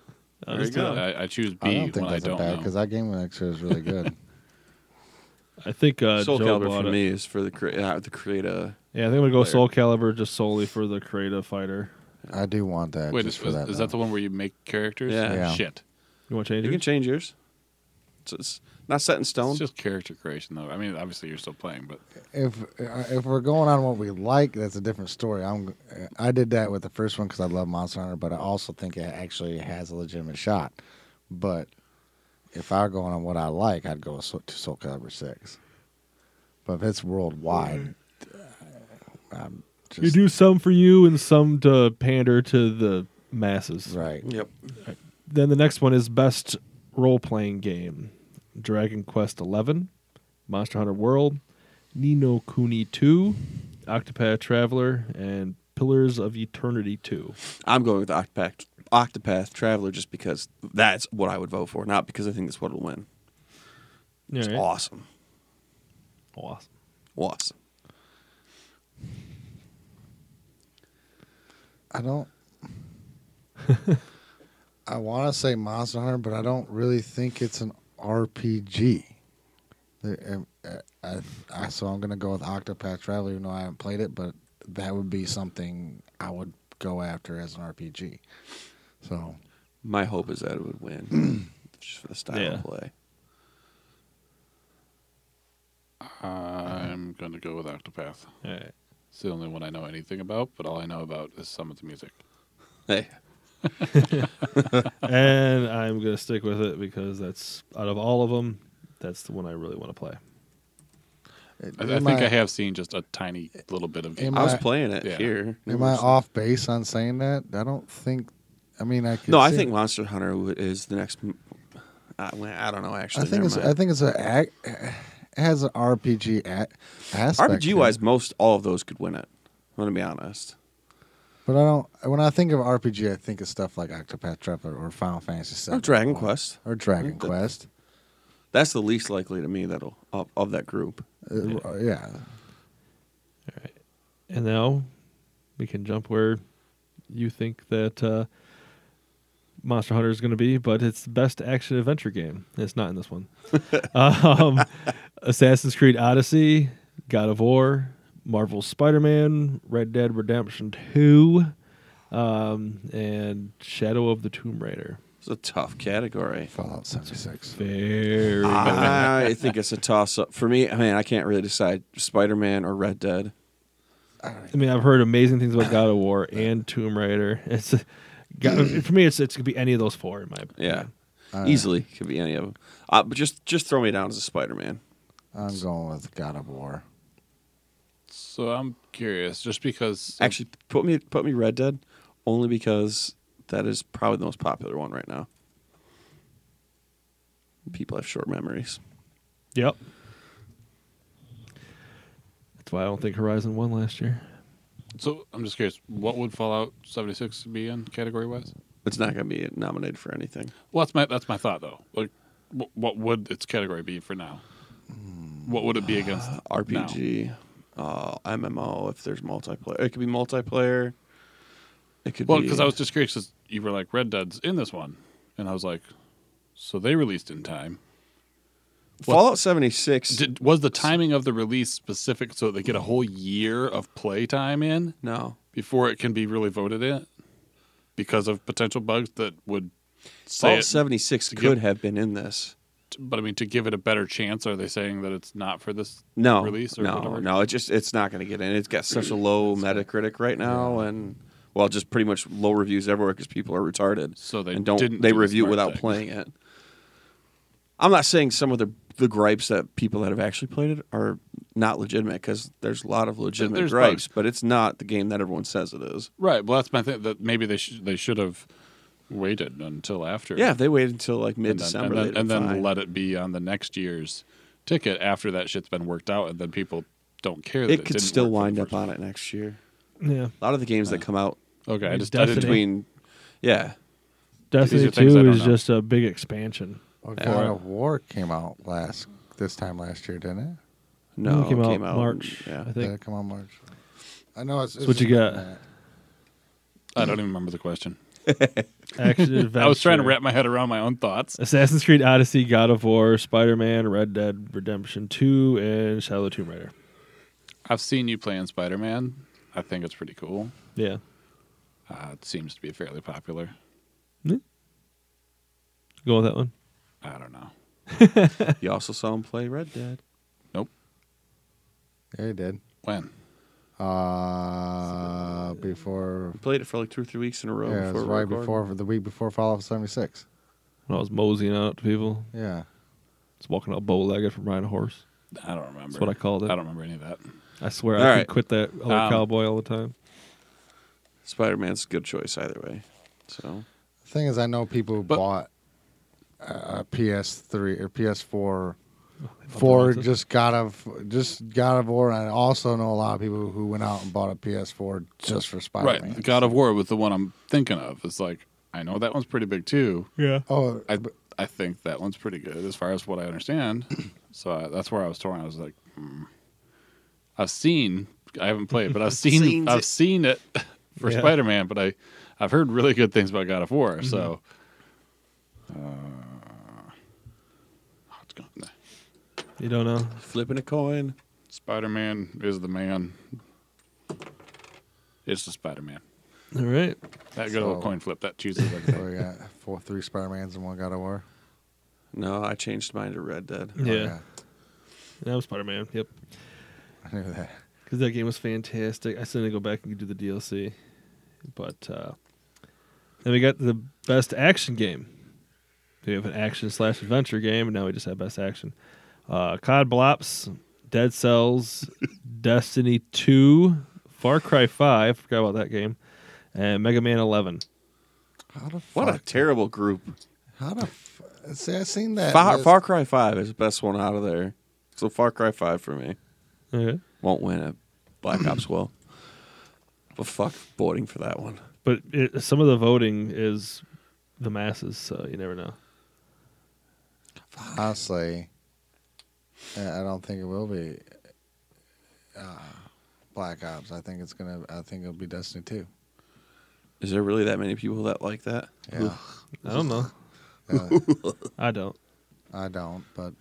There you go. I, I choose B I don't think when I that's don't a bad know. because that game actually is really good. I think uh, Soul Joe Calibur bought for it. me is for the cre- uh, the creator. Yeah, I think I'm gonna go Player. Soul Calibur just solely for the creative fighter. I do want that Wait, just is, for that. is that the though. one where you make characters? Yeah. Yeah. Shit. You want to change You it? can change yours. It's, it's not set in stone. It's just character creation, though. I mean, obviously you're still playing, but if uh, if we're going on what we like, that's a different story. I'm I did that with the first one because I love Monster Hunter, but I also think it actually has a legitimate shot. But if I were going on what I like, I'd go with Soul, to Soul Calibur Six. But if it's worldwide, I'm You just do some for you and some to pander to the masses. right. Yep. Then the next one is best role playing game: Dragon Quest Eleven, Monster Hunter World, Nino Kuni Two, Octopath Traveler, and Pillars of Eternity Two. I'm going with Octopath, Octopath Traveler just because that's what I would vote for, not because I think that's what will win. It's All right. awesome. Awesome. Awesome. I don't. I want to say Monster Hunter, but I don't really think it's an RPG. The- uh, I, I, so I'm gonna go with Octopath Traveler, even though I haven't played it. But that would be something I would go after as an RPG. So My hope is that it would win just for the style Yeah. of play. I'm gonna go with Octopath. All right. It's the only one I know anything about, but all I know about is some of the music. Hey, and I'm gonna stick with it because that's out of all of them, that's the one I really want to play. it- I, I am think I have seen just a tiny little bit of. Am I was I- playing it Yeah. here. Am I off base on saying that? I don't think. I mean, I could No, I see- think Monster Hunter w- is the next. m- I, well, I don't know actually. I think never it's. mind. I think it's a. ac- It has an RPG a- aspect. to RPG it. wise, most all of those could win it. I'm gonna be honest. But I don't. When I think of RPG, I think of stuff like Octopath Traveler or Final Fantasy VII Or Dragon Quest. or Dragon The- Quest. That's the least likely to me that'll of, of that group. Uh, yeah. And now we can jump where you think that uh, Monster Hunter is going to be, but it's best action adventure game. It's not in this one. um, Assassin's Creed Odyssey, God of War, Marvel Spider Man, Red Dead Redemption 2, um, and Shadow of the Tomb Raider. It's a tough category. Fallout 76. Very Ah. I think it's a toss up for me. I mean, I can't really decide Spider Man or Red Dead. I mean, I've heard amazing things about God of War and Tomb Raider. It's God, for me, it's it's gonna be any of those four in my Yeah, opinion. easily could be any of them. Uh, but just just throw me down as a Spider Man. I'm going with God of War. So I'm curious, just because. Actually, put me put me Red Dead only because that is probably the most popular one right now. People have short memories. Yep. That's why I don't think Horizon won last year. So I'm just curious, what would Fallout 76 be in category wise? It's not going to be nominated for anything. Well, that's my that's my thought though. Like, wh- what would its category be for now? What would it be against now? RPG, uh, MMO. If there's multiplayer, it could be multiplayer. It could Well, be because I was just curious, 'cause you were like Red Dead's in this one, and I was like, so they released in time. Fallout 76. Did, was the timing of the release specific so they get a whole year of play time in no, before it can be really voted in because of potential bugs that would say All it, 76 could have been in this. but I mean to give it a better chance, are they saying that it's not for this? No, Release or no, whatever. no. It just it's not going to get in. It's got such a low Metacritic right now, and well, just pretty much low reviews everywhere because people are retarded. So they and don't didn't they do the review it smart without thing. playing it. I'm not saying some of the the gripes that people that have actually played it are not legitimate because there's a lot of legitimate There's gripes, but it's not the game that everyone says it is. Right. Well, that's my thing. That maybe they sh- they should have waited until after. Yeah, if they waited until like mid And then, December, and then, and then let it be on the next year's ticket after that shit's been worked out, and then people don't care. That it, it could didn't still work for wind the up first- on it next year. Yeah. A lot of the games that come out Okay, I You just dust I it didn't in. between, yeah, Destiny are things I 2 don't is know. just a big expansion. What kind of war came out last this time last year, didn't it? no, it came, out, March, Yeah, I Did think. it come on March? I know it's. it's what you got. I don't even remember the question. Action I was trying to adventure. wrap my head around my own thoughts. Assassin's Creed Odyssey, God of War, Spider Man, Red Dead Redemption 2, and Shadow Tomb Raider. I've seen you playing Spider Man. I think it's pretty cool. Yeah. Uh, it seems to be fairly popular. Go with that one. I don't know. you also saw him play Red Dead. Nope. Yeah, you did. When? Uh, before. We played it for like two or three weeks in a row. Yeah, it before was we right recorded. before the week before Fallout 76. When I was moseying out to people, Yeah. just walking out bow legged from riding a horse. I don't remember. That's what I called it. I don't remember any of that. I swear All I right. could quit that other Um, cowboy all the time. Spider Man's a good choice either way. So The thing is, I know people who But- bought uh, a PS3 or PS4 Oh, I'll for pronounce it. just God of just God of War, and I also know a lot of people who went out and bought a PS4 just for Spider Man. Right. God of War was the one I'm thinking of. It's like I know that one's pretty big too. Yeah. Oh, I I think that one's pretty good as far as what I understand. so I, that's where I was torn. I was like, hmm. I've seen, I haven't played, but I've seen, Seen I've it. seen it for Yeah. Spider Man, but I, I've heard really good things about God of War. Mm-hmm. So, uh, oh, it's gone. You don't know? flipping a coin. Spider Man is the man. It's the Spider Man. All right. That good old So- coin flip that chooses so everything. we got oh, four, three Spider Mans and one God of War. No, I changed mine to Red Dead. Yeah. Oh, That was Spider Man. Yep. I knew that. Because that game was fantastic. I still need to go back and do the DLC. But uh, then we got the best action game. We have an action slash adventure game, and now we just have best action. Uh, COD Blops, Dead Cells, Destiny 2, Far Cry 5, forgot about that game, and Mega Man 11. How the What a fuck- terrible group. How the f- see? I seen that. Far, list. Far Cry Five is the best one out of there. So Far Cry Five for me Okay. won't win it. Black Ops will. But fuck voting for that one. But it, some of the voting is the masses, so you never know. honestly, I I don't think it will be uh, Black Ops. I think it's gonna. I think it'll be Destiny Two. Is there really that many people that like that? Yeah, I don't know. Yeah, I don't. Uh, I don't, but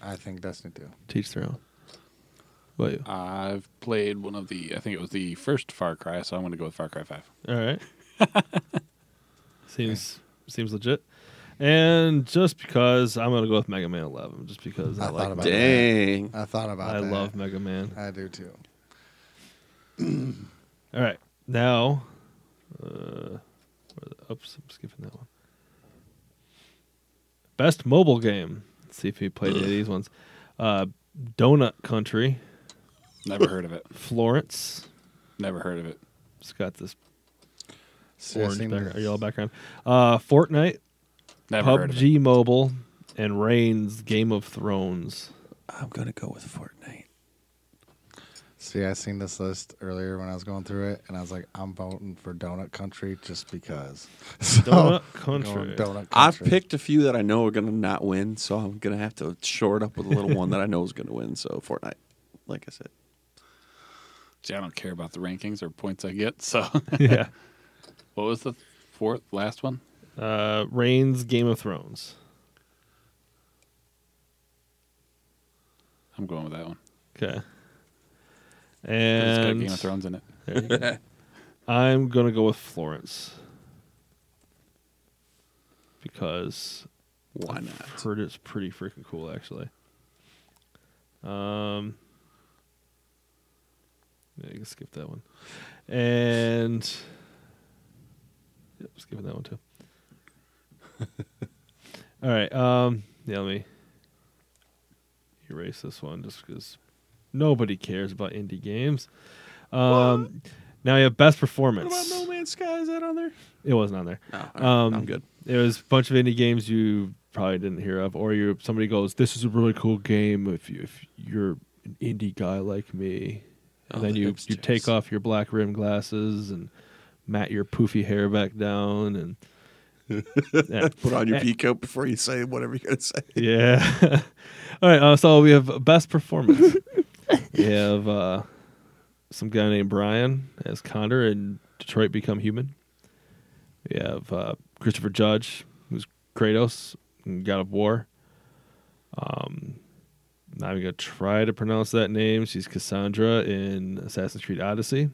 I think Destiny Two. Teach their own. What about I've played one of the, I think it was the first Far Cry, so I'm going to go with Far Cry 5. you? All right. seems seems legit. And just because I'm gonna go with Mega Man 11, just because I, I like thought about Dang. I thought about. I that. love Mega Man. I do too. All right, now, uh, where the- oops, I'm skipping that one. Best mobile game. Let's see if he played any of these ones. Uh, Donut Country, Never heard of it. Florence. Never heard of it. It's got this See, I orange seen background, this. yellow background. Uh, Fortnite, Never heard of it. PUBG Mobile, and Reigns Game of Thrones. I'm gonna go with Fortnite. See, I seen this list earlier when I was going through it, and I was like, I'm voting for Donut Country just because. So, Donut I'm Country. going Donut Country. I've picked a few that I know are gonna not win, so I'm gonna have to shore it up with a little one that I know is gonna win. So Fortnite, like I said, See, I don't care about the rankings or points I get. So, yeah. what was the fourth, last one? Uh, Reigns Game of Thrones. I'm going with that one. 'Kay. 'Cause It's got And Game of Thrones in it. there you go. I'm gonna go with Florence. because Why not? I've heard it's pretty freaking cool, actually. Um, yeah, I can skip that one. And yep, skipping that one too. All right. Um, yeah, let me erase this one just because nobody cares about indie games. Um, now you have best What performance. about No Man's Sky? Is that on there? It wasn't on there. No, all right, Um, I'm good. It was a bunch of indie games you probably didn't hear of, or you somebody goes, "This is a really cool game." If you if you're an indie guy like me, and Oh, then the you you hipsters. take off your black rim glasses and mat your poofy hair back down and yeah. Put on your Eh. pea coat before you say whatever you're gonna say. Yeah. All right. Uh, so we have best performance. we have uh, some guy named Brian as Condor in Detroit Become Human. We have uh, Christopher Judge, who's Kratos in God of War. Um, not even gonna try to pronounce that name. She's Cassandra in Assassin's Creed Odyssey.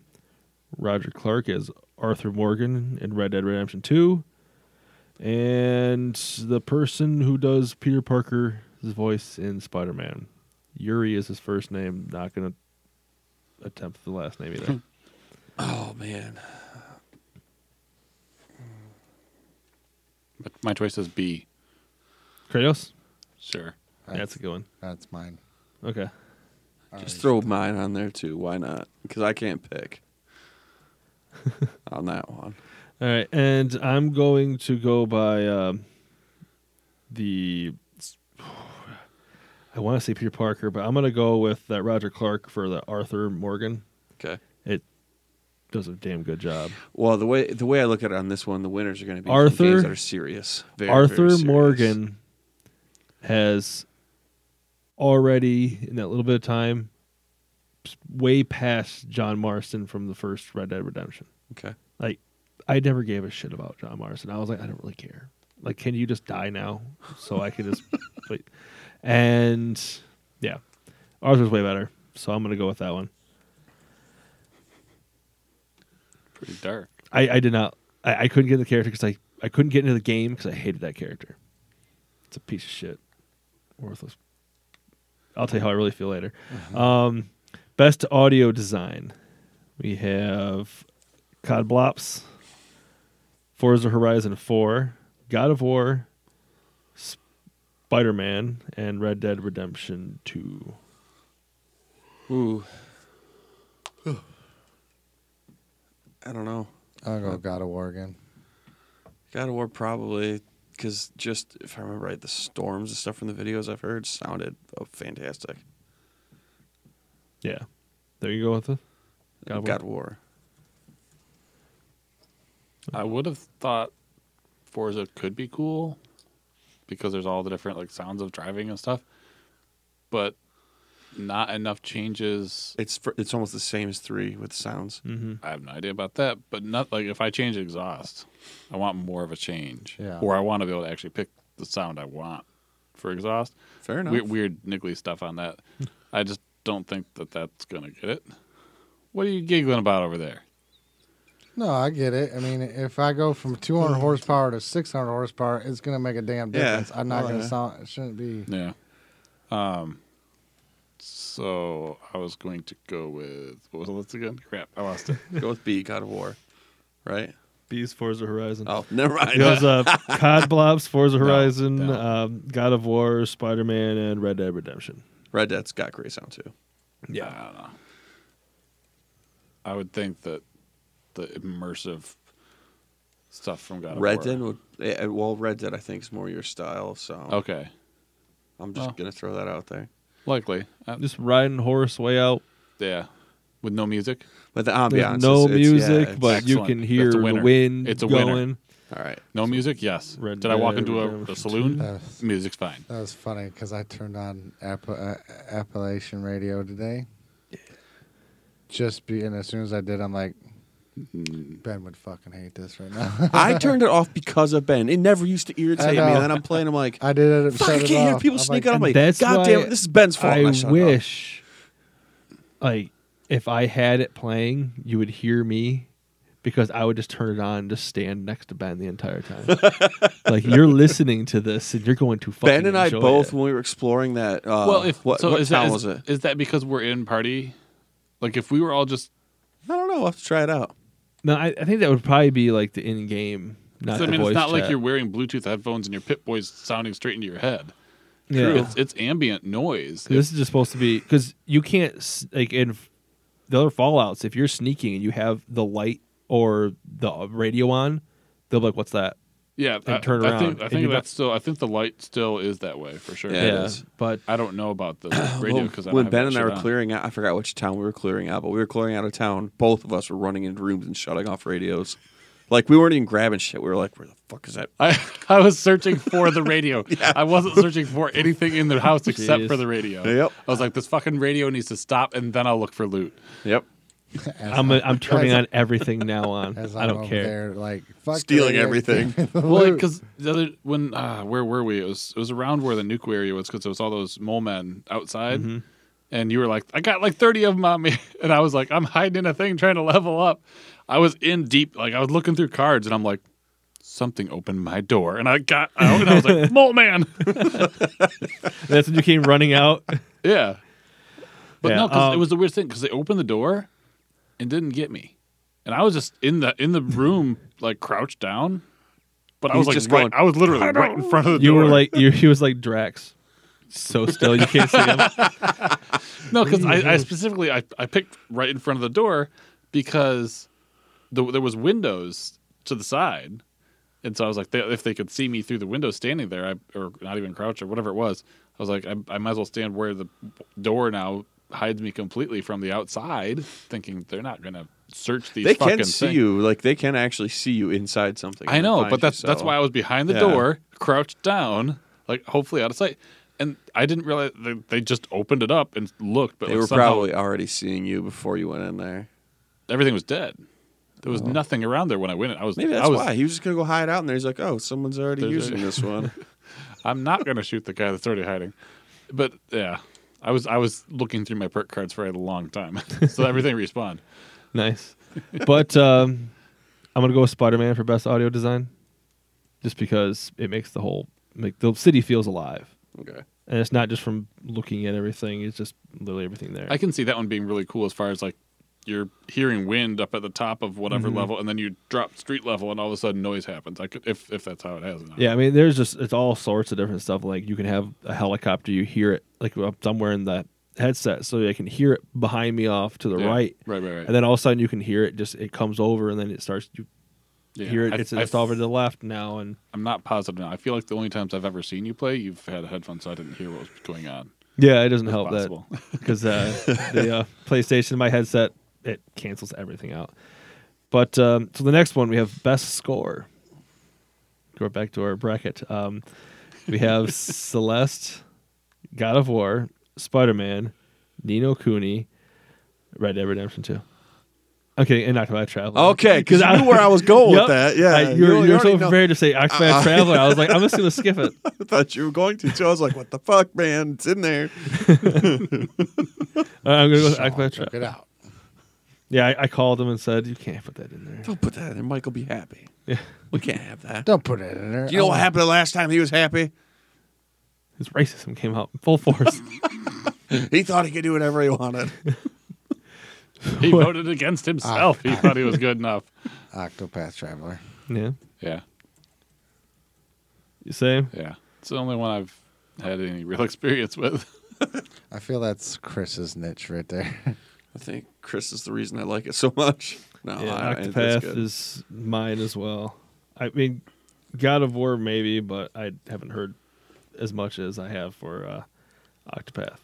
Roger Clark as Arthur Morgan in Red Dead Redemption Two. And the person who does Peter Parker's voice in Spider Man. Yuri is his first name. Not going to attempt the last name either. Oh man, But my choice is B. Kratos? Sure. That's a good one. That's mine. Okay. All just right. throw mine on there too. Why not? Because I can't pick on that one. All right. And I'm going to go by um, the. I want to say Peter Parker, but I'm going to go with that Roger Clark for the Arthur Morgan. Okay. It does a damn good job. Well, the way the way I look at it on this one, the winners are going to be Arthur- Arthur games that are serious. Very, very Arthur serious. Morgan has already in that little bit of time s- way past John Marston from the first Red Dead Redemption. Okay. Like I never gave a shit about John Marston. I was like I don't really care. Like can you just die now so I can just wait. And yeah. Ours was way better. So I'm going to go with that one. Pretty dark. I, I did not. I, I couldn't get in the character because I, I couldn't get into the game because I hated that character. It's a piece of shit, worthless. I'll tell you how I really feel later. Um, best audio design. We have COD Blops, Forza Horizon 4, God of War, Spider Man, and Red Dead Redemption 2. Ooh. I don't know. I'll go God of War again. God of War probably because just if I remember right, the storms and stuff from the videos I've heard sounded oh, fantastic. Yeah. There you go with it. God of War. God of War. I would have thought Forza could be cool because there's all the different like sounds of driving and stuff, but not enough changes. It's fr- it's almost the same as three with sounds. Mm-hmm. I have no idea about that, but not like if I change exhaust, I want more of a change, Yeah. or I want to be able to actually pick the sound I want for exhaust. Fair enough. Weird, weird niggly stuff on that. I just don't think that that's gonna get it. What are you giggling about over there? No, I get it. I mean, if I go from 200 horsepower to 600 horsepower, it's going to make a damn Yeah. difference. I'm not Oh, going to yeah. sound. It shouldn't be. Yeah. Um. So I was going to go with what was it again? Crap, I lost it. Go with B. God of War. Right. Bees, Forza Horizon. Oh, never It was mind. uh, COD Blobs, Forza Horizon, no. Um, God of War, Spider Man, and Red Dead Redemption. Red Dead's got great sound too. Yeah. I don't know. I would think that the immersive stuff from God of Red War. Dead would eh, well, Red Dead I think is more your style, so Okay, I'm just Well. gonna throw that out there. likely. Uh, Just riding horse way out. yeah, with no music. But the There's ambiance, no is- it's- yeah, music, it's- but you Excellent. can That's hear a the winner. wind It's a winner. going. all right. No music. Yes. Red Did I walk Dead into a, Redemption a saloon? That was, Music's fine. that was funny because I turned on App- uh, Appalachian radio today. Just be, and as soon as I did, I'm like, Ben would fucking hate this right now. I turned it off because of Ben. It never used to irritate me. know. And then I'm playing. I'm like, I did it. fuck, I shut it can't hear off. people I'm sneak like, up. I'm like, that's God damn why it, this is Ben's fault. and I shut it off. wish, like, if I had it playing, you would hear me because I would just turn it on and just stand next to Ben the entire time. like you're listening to this and you're going to fucking Ben and I enjoy both it. when we were exploring that. Uh, well, if what, so, what is town that, is, was it? is that because we're in party? Like if we were all just I don't know. I'll have to try it out. No, I, I think that would probably be like the in game. Not I the mean, voice it's not like chat. you're wearing Bluetooth headphones and your Pit Boys sounding straight into your head. Yeah. It's, it's ambient noise. 'Cause This is just supposed to be because you can't s- like in f- the other Fallout's if you're sneaking and you have the light or the uh, radio on, they'll be like, "What's that?" yeah, I, turn I around think, I and think you're that's still. I think the light still is that way for sure. Yeah, it is. but I don't know about the radio Well, because when Ben and I were clearing out, I forgot which town we were clearing out, but we were clearing out of town. Both of us were running into rooms and shutting off radios. Like we weren't even grabbing shit. We were like, "Where the fuck is that?" I, I was searching for the radio. I wasn't searching for anything in the house except Jeez. for the radio. Yep. I was like, this fucking radio needs to stop, and then I'll look for loot. Yep. I'm I'm turning on everything now on. As I'm I don't over care. There, like fuck Stealing that. everything. Well, because the other when uh, where were we? It was it was around where the nuke area was because there was all those mole men outside, and you were like, I got like thirty of them on me, and I was like, I'm hiding in a thing trying to level up. I was in deep, like I was looking through cards, and I'm like, something opened my door, and I got out, and I was like, mole man, That's when you came running out. yeah. But Yeah, no, because it um, was the weirdest thing because they opened the door and didn't get me, and I was just in the in the room like crouched down. But I He's was like, just right, going, I was literally right in front of the You door. were like you. He was like Drax, so still you can't see him. No, because I, Mm-hmm. I specifically I, I picked right in front of the door because the, there was windows to the side, and so I was like, they, if they could see me through the window standing there, I, or not even crouch or whatever it was, I was like, I, I might as well stand where the door now hides me completely from the outside, thinking they're not gonna search these. They fucking can see things." you. Like they can actually see you inside something. I and know, find but that's you, that's so- why I was behind the Yeah. door, crouched down, like hopefully out of sight. And I didn't realize they, they just opened it up and looked, but they like, were somehow- probably already seeing you before you went in there. everything was dead. There Oh. was nothing around there when I went in. I was Maybe that's I was, why he was just gonna go hide out, and there's like, "Oh, someone's already There's using a- this one." I'm not gonna shoot the guy that's already hiding. But yeah. I was I was looking through my perk cards for a long time. so everything respawned. Nice. But um, I'm gonna go with Spider Man for best audio design, just because it makes the whole like the city feels alive, okay. and it's not just from looking at everything. It's just literally everything there. I can see that one being really cool as far as like you're hearing wind up at the top of whatever Mm-hmm. level and then you drop street level and all of a sudden noise happens. I could if if that's how it has now. yeah, I mean, there's just it's all sorts of different stuff. Like you can have a helicopter, you hear it like up somewhere in the headset, so I can hear it behind me off to the Yeah. right, Right, right, right. and then all of a sudden you can hear it. Just it comes over, and then it starts. You Yeah. hear it. I- it's, I- it's over to the left now, and I'm not positive now. I feel like the only times I've ever seen you play, you've had a headphone so I didn't hear what was going on. Yeah, it doesn't help possible. that because uh, the uh, PlayStation, my headset, it cancels everything out. But um, so the next one we have best score. Go back to our bracket. Um, we have Celeste, God of War, Spider Man, Nino Cooney, Red Dead Redemption Two. Okay, and Octopath Traveler. Okay, because I knew where I was going Yep. with that. Yeah, I- you were, you were already so know- Uh, prepared to say Octopath Traveler. I was like, I'm just gonna skip it. Uh, I thought you were going to. So I was like, "What the fuck, man? It's in there." I'm gonna go with Octopath Check Traveler. it out. Yeah, I, I called him and said, you can't put that in there. Don't put that in there. Mike will be happy. Yeah. We can't have that. Don't put it in there. Do you know I what want- happened the last time he was happy? his racism came out in full force. He thought he could do whatever he wanted. He voted against himself. He thought he was good enough. Octopath Traveler. yeah, Yeah, you say? yeah. It's the only one I've had any real experience with. I feel that's Chris's niche right there. I think Chris is the reason I like it so much. No, I, yeah, I- it's Octopath good. is mine as well. I mean, God of War maybe, but I haven't heard as much as I have for uh, Octopath.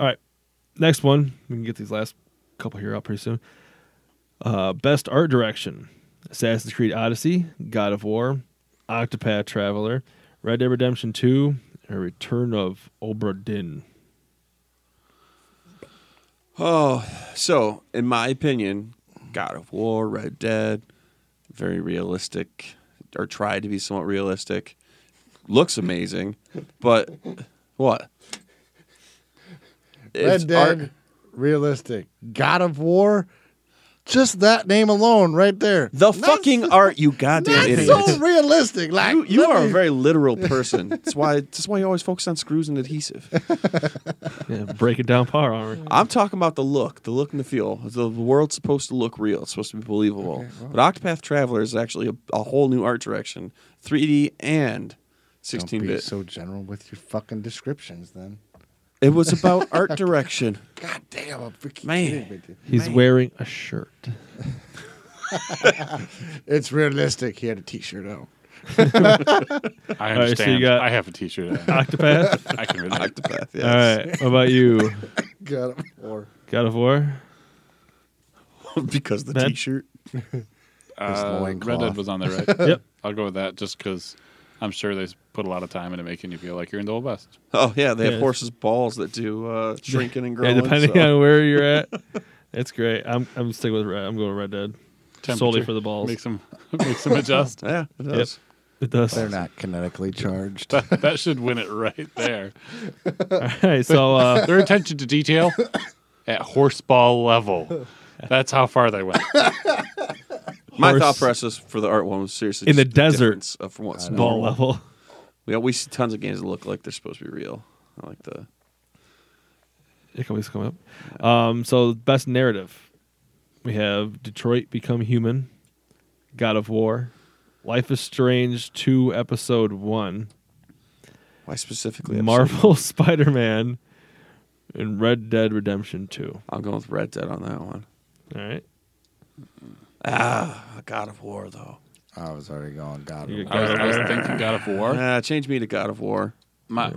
All right, next one. We can get these last couple here out pretty soon. Uh, best art direction: Assassin's Creed Odyssey, God of War, Octopath Traveler, Red Dead Redemption Two, and Return of Obra Dinn. Oh, so in my opinion, God of War, Red Dead, very realistic, or tried to be somewhat realistic. Looks amazing, but what? It's Red Dead, art- realistic. God of War, Just that name alone, right there. The Not fucking art, you goddamn That's idiot. so realistic. Like you you let are a me- very literal person. That's why that's why you always focus on screws and adhesive. Yeah, break it down par armor. I'm talking about the look, the look and the feel. The world's supposed to look real. It's supposed to be believable. but Octopath Traveler is actually a, a whole new art direction, 3D and Don't 16 be bit. so general with your fucking descriptions. Then, it was about art direction. god damn, I'm freaking Man. kidding with you. He's wearing a shirt. It's realistic. He had a T-shirt on. I All right, understand. so you got- I have a T-shirt. on. Octopath. I can relate. Octopath. Yes. All right. What about you? Got him. Or God of War. because the That- T-shirt. Uh, loincloth. Red Dead was on there, right? Yep. I'll go with that just because I'm sure they put a lot of time into making you feel like you're in the Old West. Oh yeah, they Yeah. have horses' balls that do uh, shrinking and Yeah, growing. depending so- on where you're at, it's great. I'm I'm sticking with red. I'm going with Red Dead solely Temperature for the balls. Makes them, makes them adjust. yeah, it does. It does. they're not kinetically charged. that, that should win it right there. All right. So uh, Their attention to detail at horseball level. That's how far they went. My Horse- thought process for the art one was seriously In just the desert. difference of from what's ball normal. level. We always see tons of games that look like they're supposed to be real. I like the It can always come up. Um, so best narrative, we have Detroit Become Human, God of War, Life is Strange two episode one, why specifically episode Marvel Spider Man, and Red Dead Redemption two. I'm going with Red Dead on that one. All right. Ah, God of War though. I was already going. God, You I was, I was thinking God of War. Nah, change me to God of War. My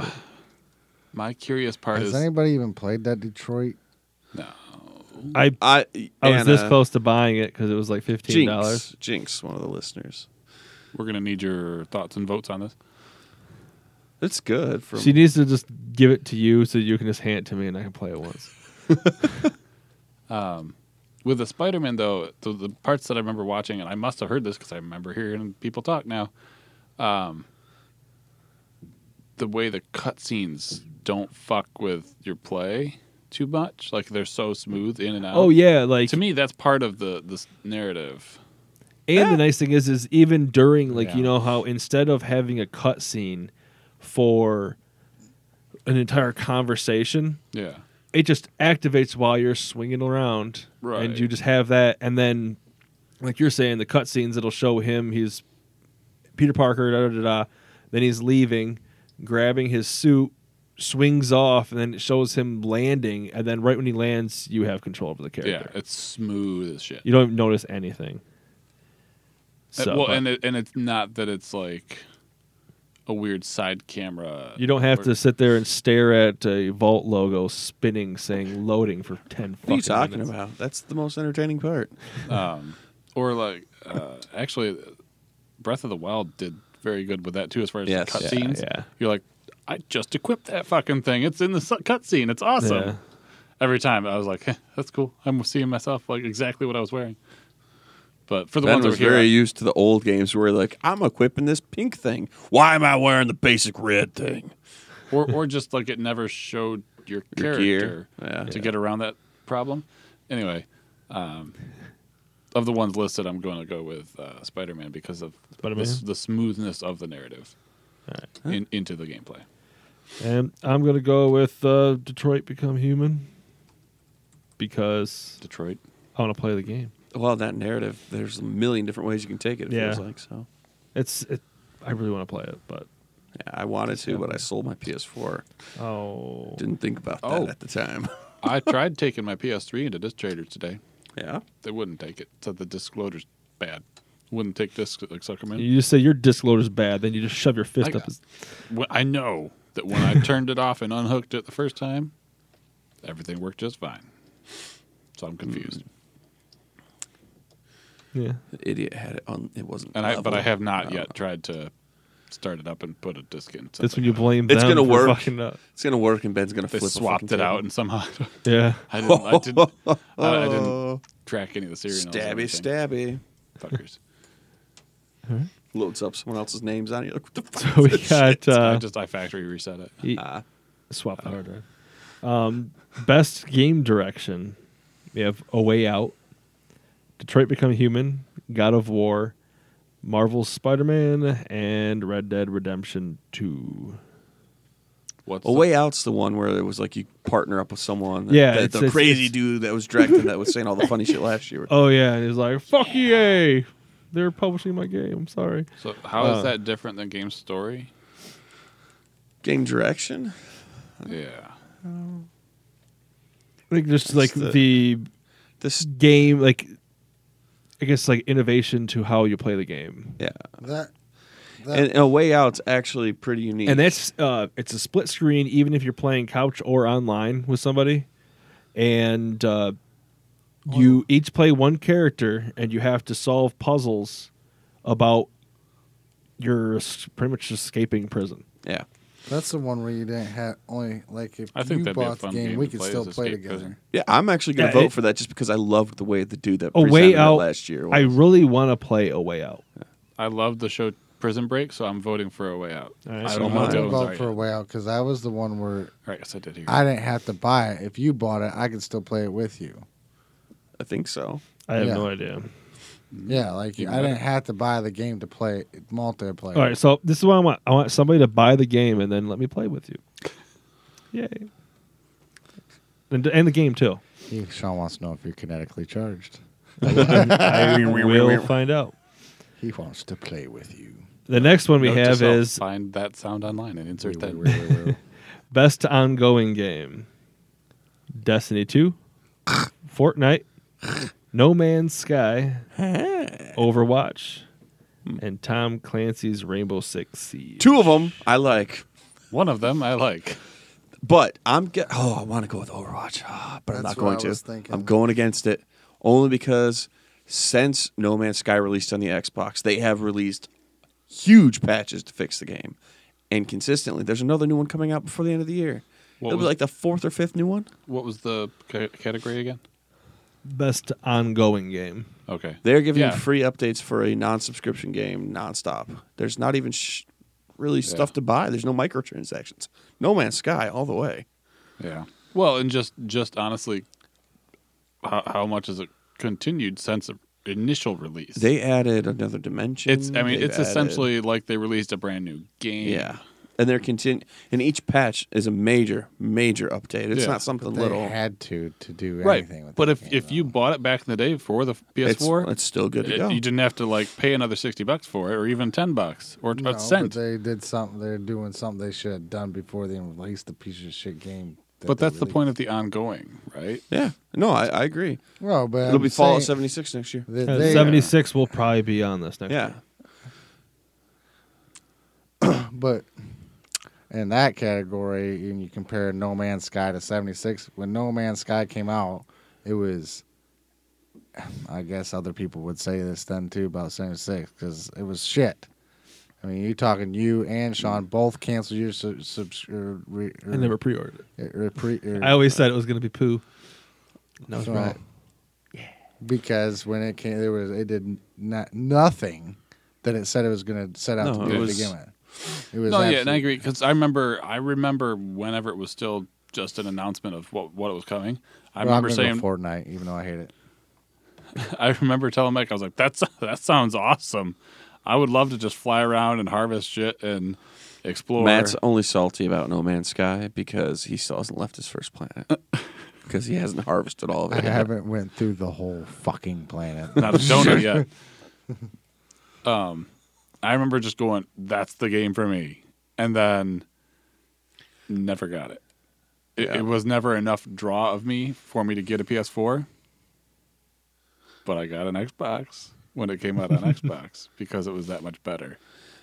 my curious part has is anybody even played that Detroit? no. I I I was Oh, this Anna, close to buying it because it was like fifteen dollars. Jinx, Jinx, one of the listeners. We're gonna need your thoughts and votes on this. It's good. From She needs to just give it to you so you can just hand it to me and I can play it once. With the Spider-Man though, the, the parts that I remember watching, and I must have heard this because I remember hearing people talk now. Um, the way the cutscenes don't fuck with your play too much, like they're so smooth in and out. Oh yeah, like to me that's part of the this narrative And the nice thing is, is even during like you Yeah. know how instead of having a cutscene for an entire conversation, yeah it just activates while you're swinging around, Right. and you just have that, and then like you're saying, the cutscenes it'll show him he's Peter Parker, da da da, da. then he's leaving, grabbing his suit. Swings off and then it shows him landing, and then right when he lands, you have control over the yeah character. it's smooth as shit You don't even notice anything. Uh, So, well but- and it, and it's not that it's like a weird side camera You don't have or- to sit there and stare at a Vault logo spinning saying loading for 10 what are fucking you talking minutes. about? That's the most entertaining part. um, or like uh, actually breath of the wild did very good with that too as far as Yes. Yeah, cutscenes yeah. you're like i just equipped that fucking thing it's in the su- cutscene it's awesome Yeah. every time i was like "Heh, that's cool i'm seeing myself like exactly what i was wearing but for the ben ones was over here, very I- used to the old games where like I'm equipping this pink thing. Why am I wearing the basic red thing? or or just like it never showed your Your character gear, yeah. to get around that problem. Anyway, um, of the ones listed, I'm going to go with uh, Spider-Man because of Spider-Man? The, the smoothness of the narrative in, into the gameplay. And I'm going to go with uh, Detroit Become Human because Detroit. I want to play the game. Well, that narrative, there's a million different ways you can take it. It Yeah. feels like so. It's it, I really want to play it, but Yeah, I wanted to, but I sold my PS4. oh. Didn't think about that Oh. at the time. I tried taking my PS3 into disc traders today. yeah. They wouldn't take it. Said the disc loader's bad. Wouldn't take discs like sucker man. You just say your disc loader's bad, then you just shove your fist I- up. His, Well, I know that when I turned it off and unhooked it the first time, everything worked just fine. So I'm confused. yeah. The idiot had it on. It wasn't. and I, but I level. have not Oh. don't yet tried to start it up and put a disc in. That's when you blame It's them gonna for work. fucking up. It's gonna work, and Ben's gonna They flip. a swapped fucking it out, table. and somehow Yeah. I didn't. I didn't, I, I didn't Oh. track any of the serial numbers or Stabby, anything. stabby. Fuckers. Loads up someone else's names on it. You're like, what the fuck? So is we this shit? got So I uh, just I factory reset it. he- Ah, Swap the hard drive. Um, best game direction. We have A Way Out, Detroit Become Human, God of War, Marvel's Spider Man, and Red Dead Redemption 2. What's uh, Oh, A Way Out's the one where it was like you partner up with someone. that- Yeah, that it's- the it's- crazy it's- dude that was directing that was saying all the funny shit last year. Oh, yeah. And he's like, fuck EA. They're publishing my game. I'm sorry. So how is Uh, that different than game story? Game direction. Yeah. Like, just like the- the This. game, like, I guess, like innovation to how you play the game. Yeah. That, that And A Way Out's actually pretty unique. and that's uh, it's a split screen even if you're playing couch or online with somebody and uh, you each play one character and you have to solve puzzles about your s- pretty much escaping prison yeah. that's the one where you didn't have only like if I think you that'd be a bought the fun game, game we to could play still as play Escape together. Prison. Yeah, I'm actually going Yeah, to vote it- for that just because I loved the way the dude that A Way presented it Out, last year. i was. really want to play a way out I love the show Prison Break, so I'm voting for a way out. All right, I so don't am know I. I'm if gonna that was vote for a right. way out because that was the one where All right, yes, I did hear. I didn't have to buy it. If you bought it, I could still play it with you. I think so. i have Yeah. no idea Yeah, like You I got didn't it. have to buy the game to play it multiplayer. all right so this is what i want i want somebody to buy the game and then let me play with you yay and, and the game too He, Sean wants to know if you're kinetically charged. i will find out He wants to play with you. the next one we Note to have self, is find that sound online and insert Wee, that. wee, wee, wee, wee. Best ongoing game: Destiny Two, Fortnite, No Man's Sky, Overwatch, and Tom Clancy's Rainbow Six Siege. Two of them I like, One of them I like. but I'm get. Oh, I want to go with Overwatch, Ah, but I'm That's not what going I was to. thinking. I'm going against it only because since No Man's Sky released on the Xbox, they have released huge patches to fix the game, and consistently. There's another new one coming out before the end of the year. What It'll be was- like the fourth or fifth new one. What was the ca- category again? Best ongoing game. Okay. They're giving Yeah. free updates for a non-subscription game nonstop. There's not even sh- really stuff to buy. There's no microtransactions. No Man's Sky all the way. Yeah. Well, and just just honestly, how, how much has it continued since the initial release? They added another dimension. it's. I mean, They've it's added- essentially like they released a brand new game. yeah. And they're continu- and each patch is a major, major update. It's Yeah. not something they little. had to to do Right. anything with But that if game, if you though. bought it back in the day for the it's, PS4, it's still good to It- go. Uh, You didn't have to like pay another sixty bucks for it, or even ten bucks, or No, a but cent. But, they did something. They're doing something they should have done before they released the piece of shit game. that they that's the released. point of the ongoing, right? yeah. No, I, I agree. Well, but It'll I'm be Fallout saying 76 next year. that Uh, they- Seventy-six will probably be on this next. Yeah. year. But in that category, and you compare No Man's Sky to 76, when No Man's Sky came out, it was, I guess other people would say this then too about 76 because it was shit. I mean, you talking you and Sean both canceled your sub. subs- or, re, or, I never pre-ordered. it. or- or pre, or- I always said it was going to be poo. No, it's so- wrong. Because when it came, there was it did not nothing that it said it was going to set out to No, do it to was- begin with. It was No, yeah, and I absolute- agree because I remember, I remember whenever it was still just an announcement of what what it was coming. I Well, I'm remember gonna saying, go Fortnite, even though I hate it. I remember telling Mike, I was like, "That's that sounds awesome. I would love to just fly around and harvest shit and explore." Matt's only salty about No Man's Sky because he still hasn't left his first planet. Because he hasn't harvested all of I it. haven't went through the whole fucking planet. not a donut yet. Um, I remember just going, "That's the game for me," and then never got it. It, Yeah. it was never enough draw of me for me to get a PS4, but I got an Xbox when it came out on Xbox because it was that much better.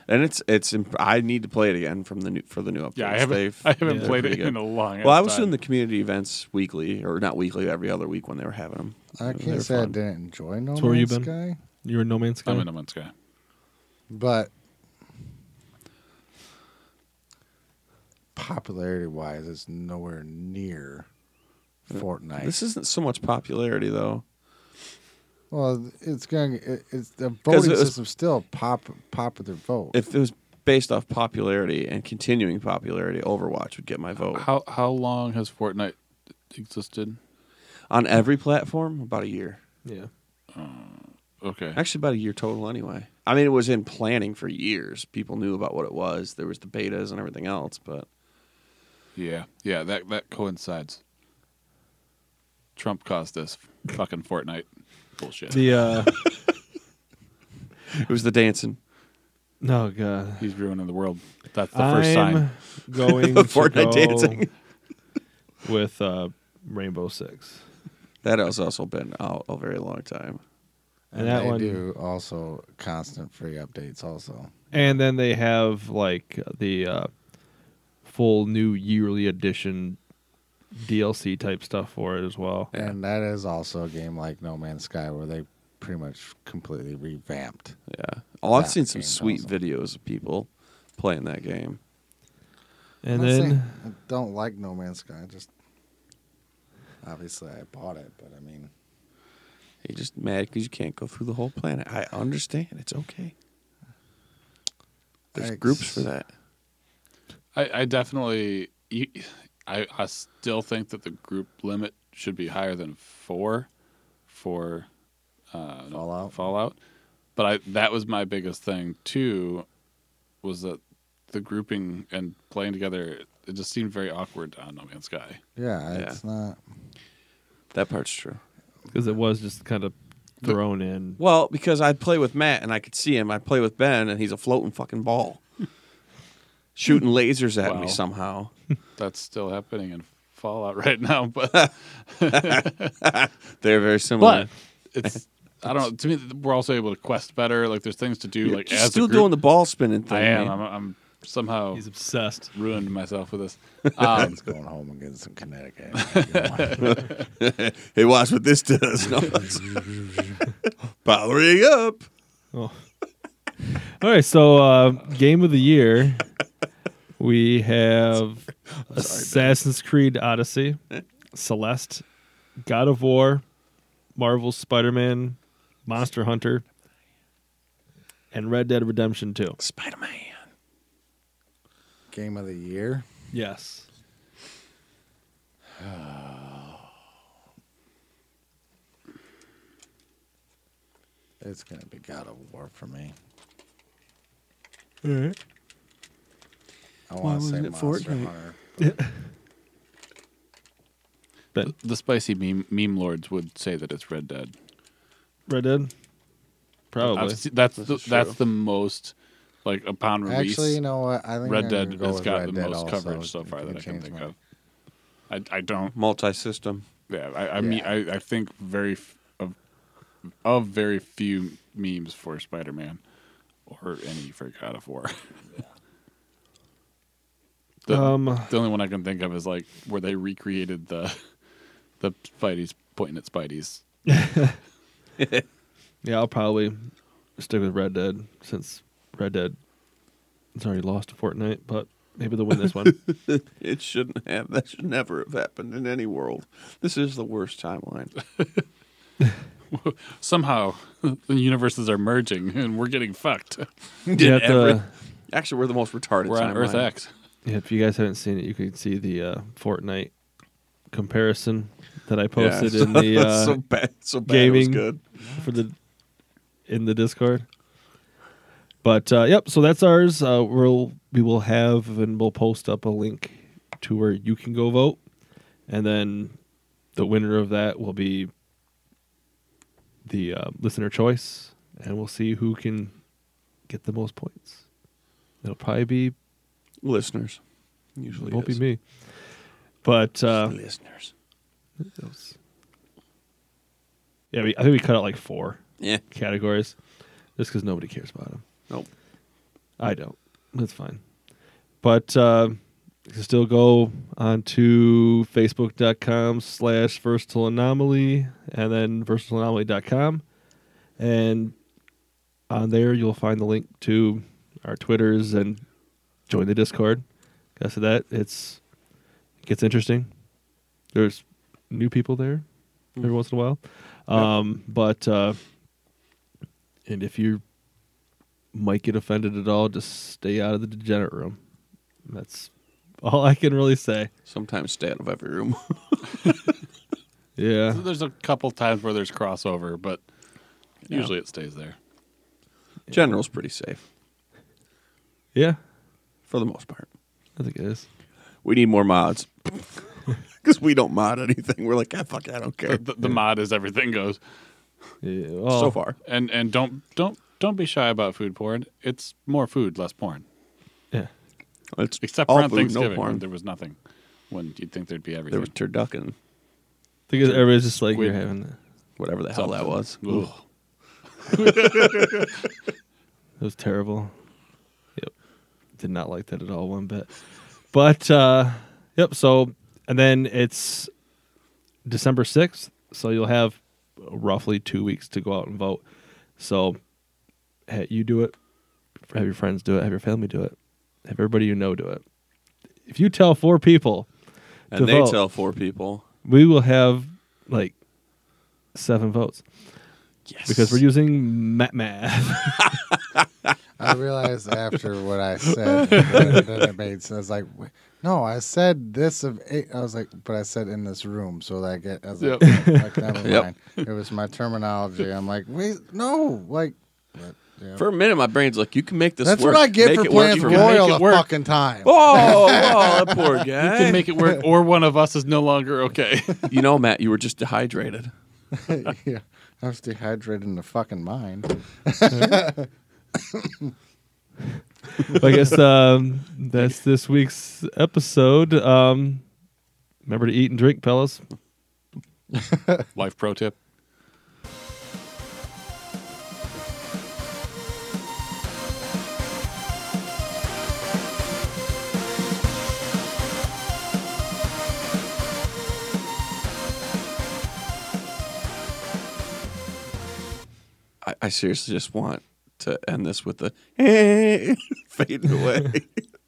And it's it's. Imp- I need to play it again from the new for the new updates. Yeah, I haven't, They've- I haven't they're played it pretty good. in a long. Well, I ass was time. doing the community events weekly, or not weekly, every other week when they were having them. I They can't were say I fun. didn't enjoy No So where you Man's been? Sky, You were No Man's Sky. I'm in a month's guy. but popularity wise, it's nowhere near Fortnite. Uh, This isn't so much popularity though. well, it's going. It, it's the 'Cause it voting was- system still pop popular vote. If it was based off popularity and continuing popularity, Overwatch would get my vote How how long has Fortnite existed? on every platform. About a year. yeah. Okay. Actually, about a year total anyway. I mean, it was in planning for years. People knew about what it was. There was the betas and everything else, but Yeah. Yeah. That that coincides. Trump caused this fucking Fortnite bullshit. The uh, it was the dancing. no god. He's ruining the world. That's the first uh, I'm sign. going The to Fortnite go dancing. with uh, Rainbow Six, That has also been out a very long time. and that they one, do also constant free updates. Also, and then they have like the uh, full new yearly edition DLC type stuff for it as well. Yeah. and that is also a game like No Man's Sky where they pretty much completely revamped. Yeah. Oh, I've That seen some game's sweet awesome. videos of people playing that game. And Not then saying I don't like No Man's Sky. I just obviously I bought it, but I mean, You're just mad because you can't go through the whole planet. I understand. It's okay. There's Thanks. groups for that. I, I definitely. You, I I still think that the group limit should be higher than four, for uh, no, Fallout? Fallout, but I that was my biggest thing too, was that the grouping and playing together it just seemed very awkward on No Man's Sky. yeah, Yeah. it's not. That part's true. because it was just kind of thrown in. Well, because I'd play with Matt and I could see him. I'd play with Ben and he's a floating fucking ball. Shooting lasers at Wow. me somehow. That's still happening in Fallout right now, but They're very similar. but it's I don't know. To me, we're also able to quest better. Like there's things to do. You're like just as still a group. doing the ball spinning thing. I am. man. I'm, I'm somehow He's obsessed. ruined myself with this. Um, It's going home and getting some Connecticut. hey, watch what this does. No, it's- Powering up. Oh. All right, so uh, game of the year, we have Assassin's Creed Odyssey, Celeste, God of War, Marvel Spider Man, Monster Hunter, and Red Dead Redemption 2. Spider Man. game of the year. Yes. It's gonna be God of War for me. All right. I Why want to say wasn't it Monster Fortnite? Hunter. But the spicy meme, meme lords would say that it's Red Dead. Red Dead? Oh, Probably. I've se- that's This the, is true. that's the most like upon release. Actually, you know what? I think Red I'm Dead gonna go has with got Red the Dead most also, coverage so if far you that I can change think my- of. I, I don't. Multi system. Yeah, I I, mean, Yeah. I I think very f- of of very few memes for Spider Man or any for God of War. the, um, the only one I can think of is like where they recreated the the Spidey's pointing at Spidey's. yeah, I'll probably stick with Red Dead since Red Dead has already lost to Fortnite, but maybe they'll win this one. It shouldn't have. That should never have happened in any world. This is the worst timeline. Somehow the universes are merging and we're getting fucked. Yeah, Did at the- every- Actually, we're the most retarded. We're on Earth timeline. X. Yeah, if you guys haven't seen it, you can see the uh, Fortnite comparison that I posted Yeah, in the uh, so bad. So bad. It gaming- was good. for the in the Discord. But uh, yep, so that's ours. Uh, we'll we will have and we'll post up a link to where you can go vote, and then the winner of that will be the uh, listener choice, and we'll see who can get the most points. It'll probably be Listeners. Usually it won't is. be me, but uh, Listeners. That was- Yeah, we, I think we cut out like four Yeah. categories just because nobody cares about them. Nope. I don't. That's fine. But uh, you can still go on to facebook.com slash versatile anomaly and then versatileanomaly.com. And on there, you'll find the link to our Twitters and join the Discord. Guess that it's it gets interesting. There's new people there every once in a while. Um, But uh, and if you might get offended at all, just stay out of the degenerate room. That's all I can really say. Sometimes stay out of every room. Yeah, There's a couple times where there's crossover, but Usually it stays there. General's pretty safe Yeah, for the most part. I think it is. We need more mods because we don't mod anything. We're like, ah, fuck, it, I don't care. The, the mod is everything goes. Yeah, well, so far, And and don't don't don't be shy about food porn. It's more food, less porn. Yeah. it's Except all for on food, Thanksgiving, No when porn. there was nothing. When you'd think there'd be There everything. was turducken, I think everybody's just like Weird. you're having that. whatever the hell that was. Ugh. It was terrible. Yep. Did not like that at all one bit. But uh yep, so and then it's December 6th, so you'll have roughly 2 weeks to go out and vote. So hey, you do it. Have your friends do it, have your family do it. Have everybody you know do it. If you tell four people, To And they vote. tell four people. we will have like seven votes Yes. because we're using ma- math. I realized after what I said, then, then it made sense. I was like, wait, no, I said this of eight. I was like, but I said in this room, so like, it, I was like, like, never Yep. mind. It was my terminology. I'm like, wait, no, like, but, yeah. For a minute, my brain's like, you can make this that's work. what I get Make for it work playing for for me. Roy- all Make it the work. fucking time. Oh, oh, that poor You guy. can make it work, or one of us is no longer okay. You know, Matt, you were just dehydrated. yeah, I was dehydrated in the fucking mind. I guess um, that's this week's episode. Um, remember to eat and drink, fellas. Life pro tip. I, I seriously just want to end this with the eh, fading away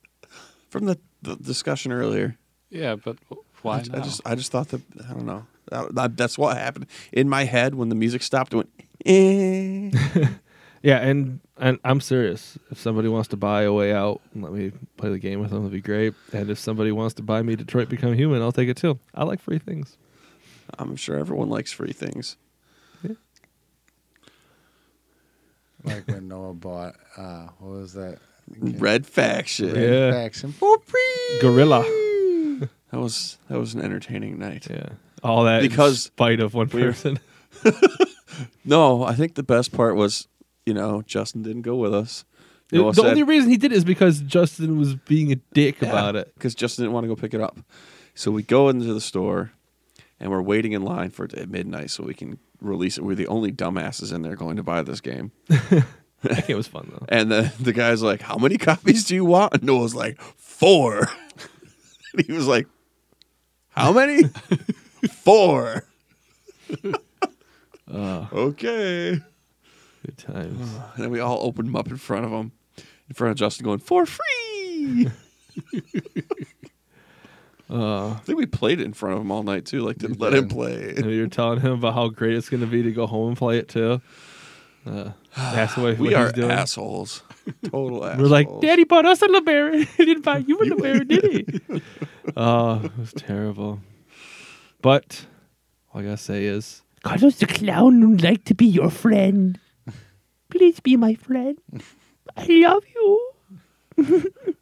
from the, the discussion earlier. Yeah, but I, why? ju- I now? just, I just thought that I don't know. That- that- that's what happened in my head when the music stopped. It went. Eh. Yeah, and, and I'm serious. If somebody wants to buy a way out, and let me play the game with them. That'd be great. And if somebody wants to buy me Detroit Become Human, I'll take it too. I like free things. I'm sure everyone likes free things. Like when Noah bought, uh, what was that? Red faction. Red- Yeah. Faction. Gorilla. That was that was an entertaining night. Yeah, all that Because because in spite of one we were- person. No, I think the best part was, you know, Justin didn't go with us. the only reason he did it is because Justin was being a dick about it. because Justin didn't want to go pick it up. So we go into the store, and we're waiting in line for it at midnight so we can release it. We're the only dumbasses in there going to buy this game. I think it was fun though. And the the guy's like, "How many copies do you want?" And Noah's like, four. and he was like, "How many? four. Uh. okay. Good times. And then we all opened them up in front of him, in front of Justin, going for free. Uh, I think we played it in front of him all night too. Like didn't We let him did. play. You know, you're telling him about how great it's going to be to go home and play it too. Uh, that's the way We what are he's doing. assholes. Total assholes. We're like, Daddy bought us a LeBerry. he didn't buy you a LeBerry, did he? oh, it was terrible. But all I gotta say is, Carlos the clown would like to be your friend. Please be my friend. I love you.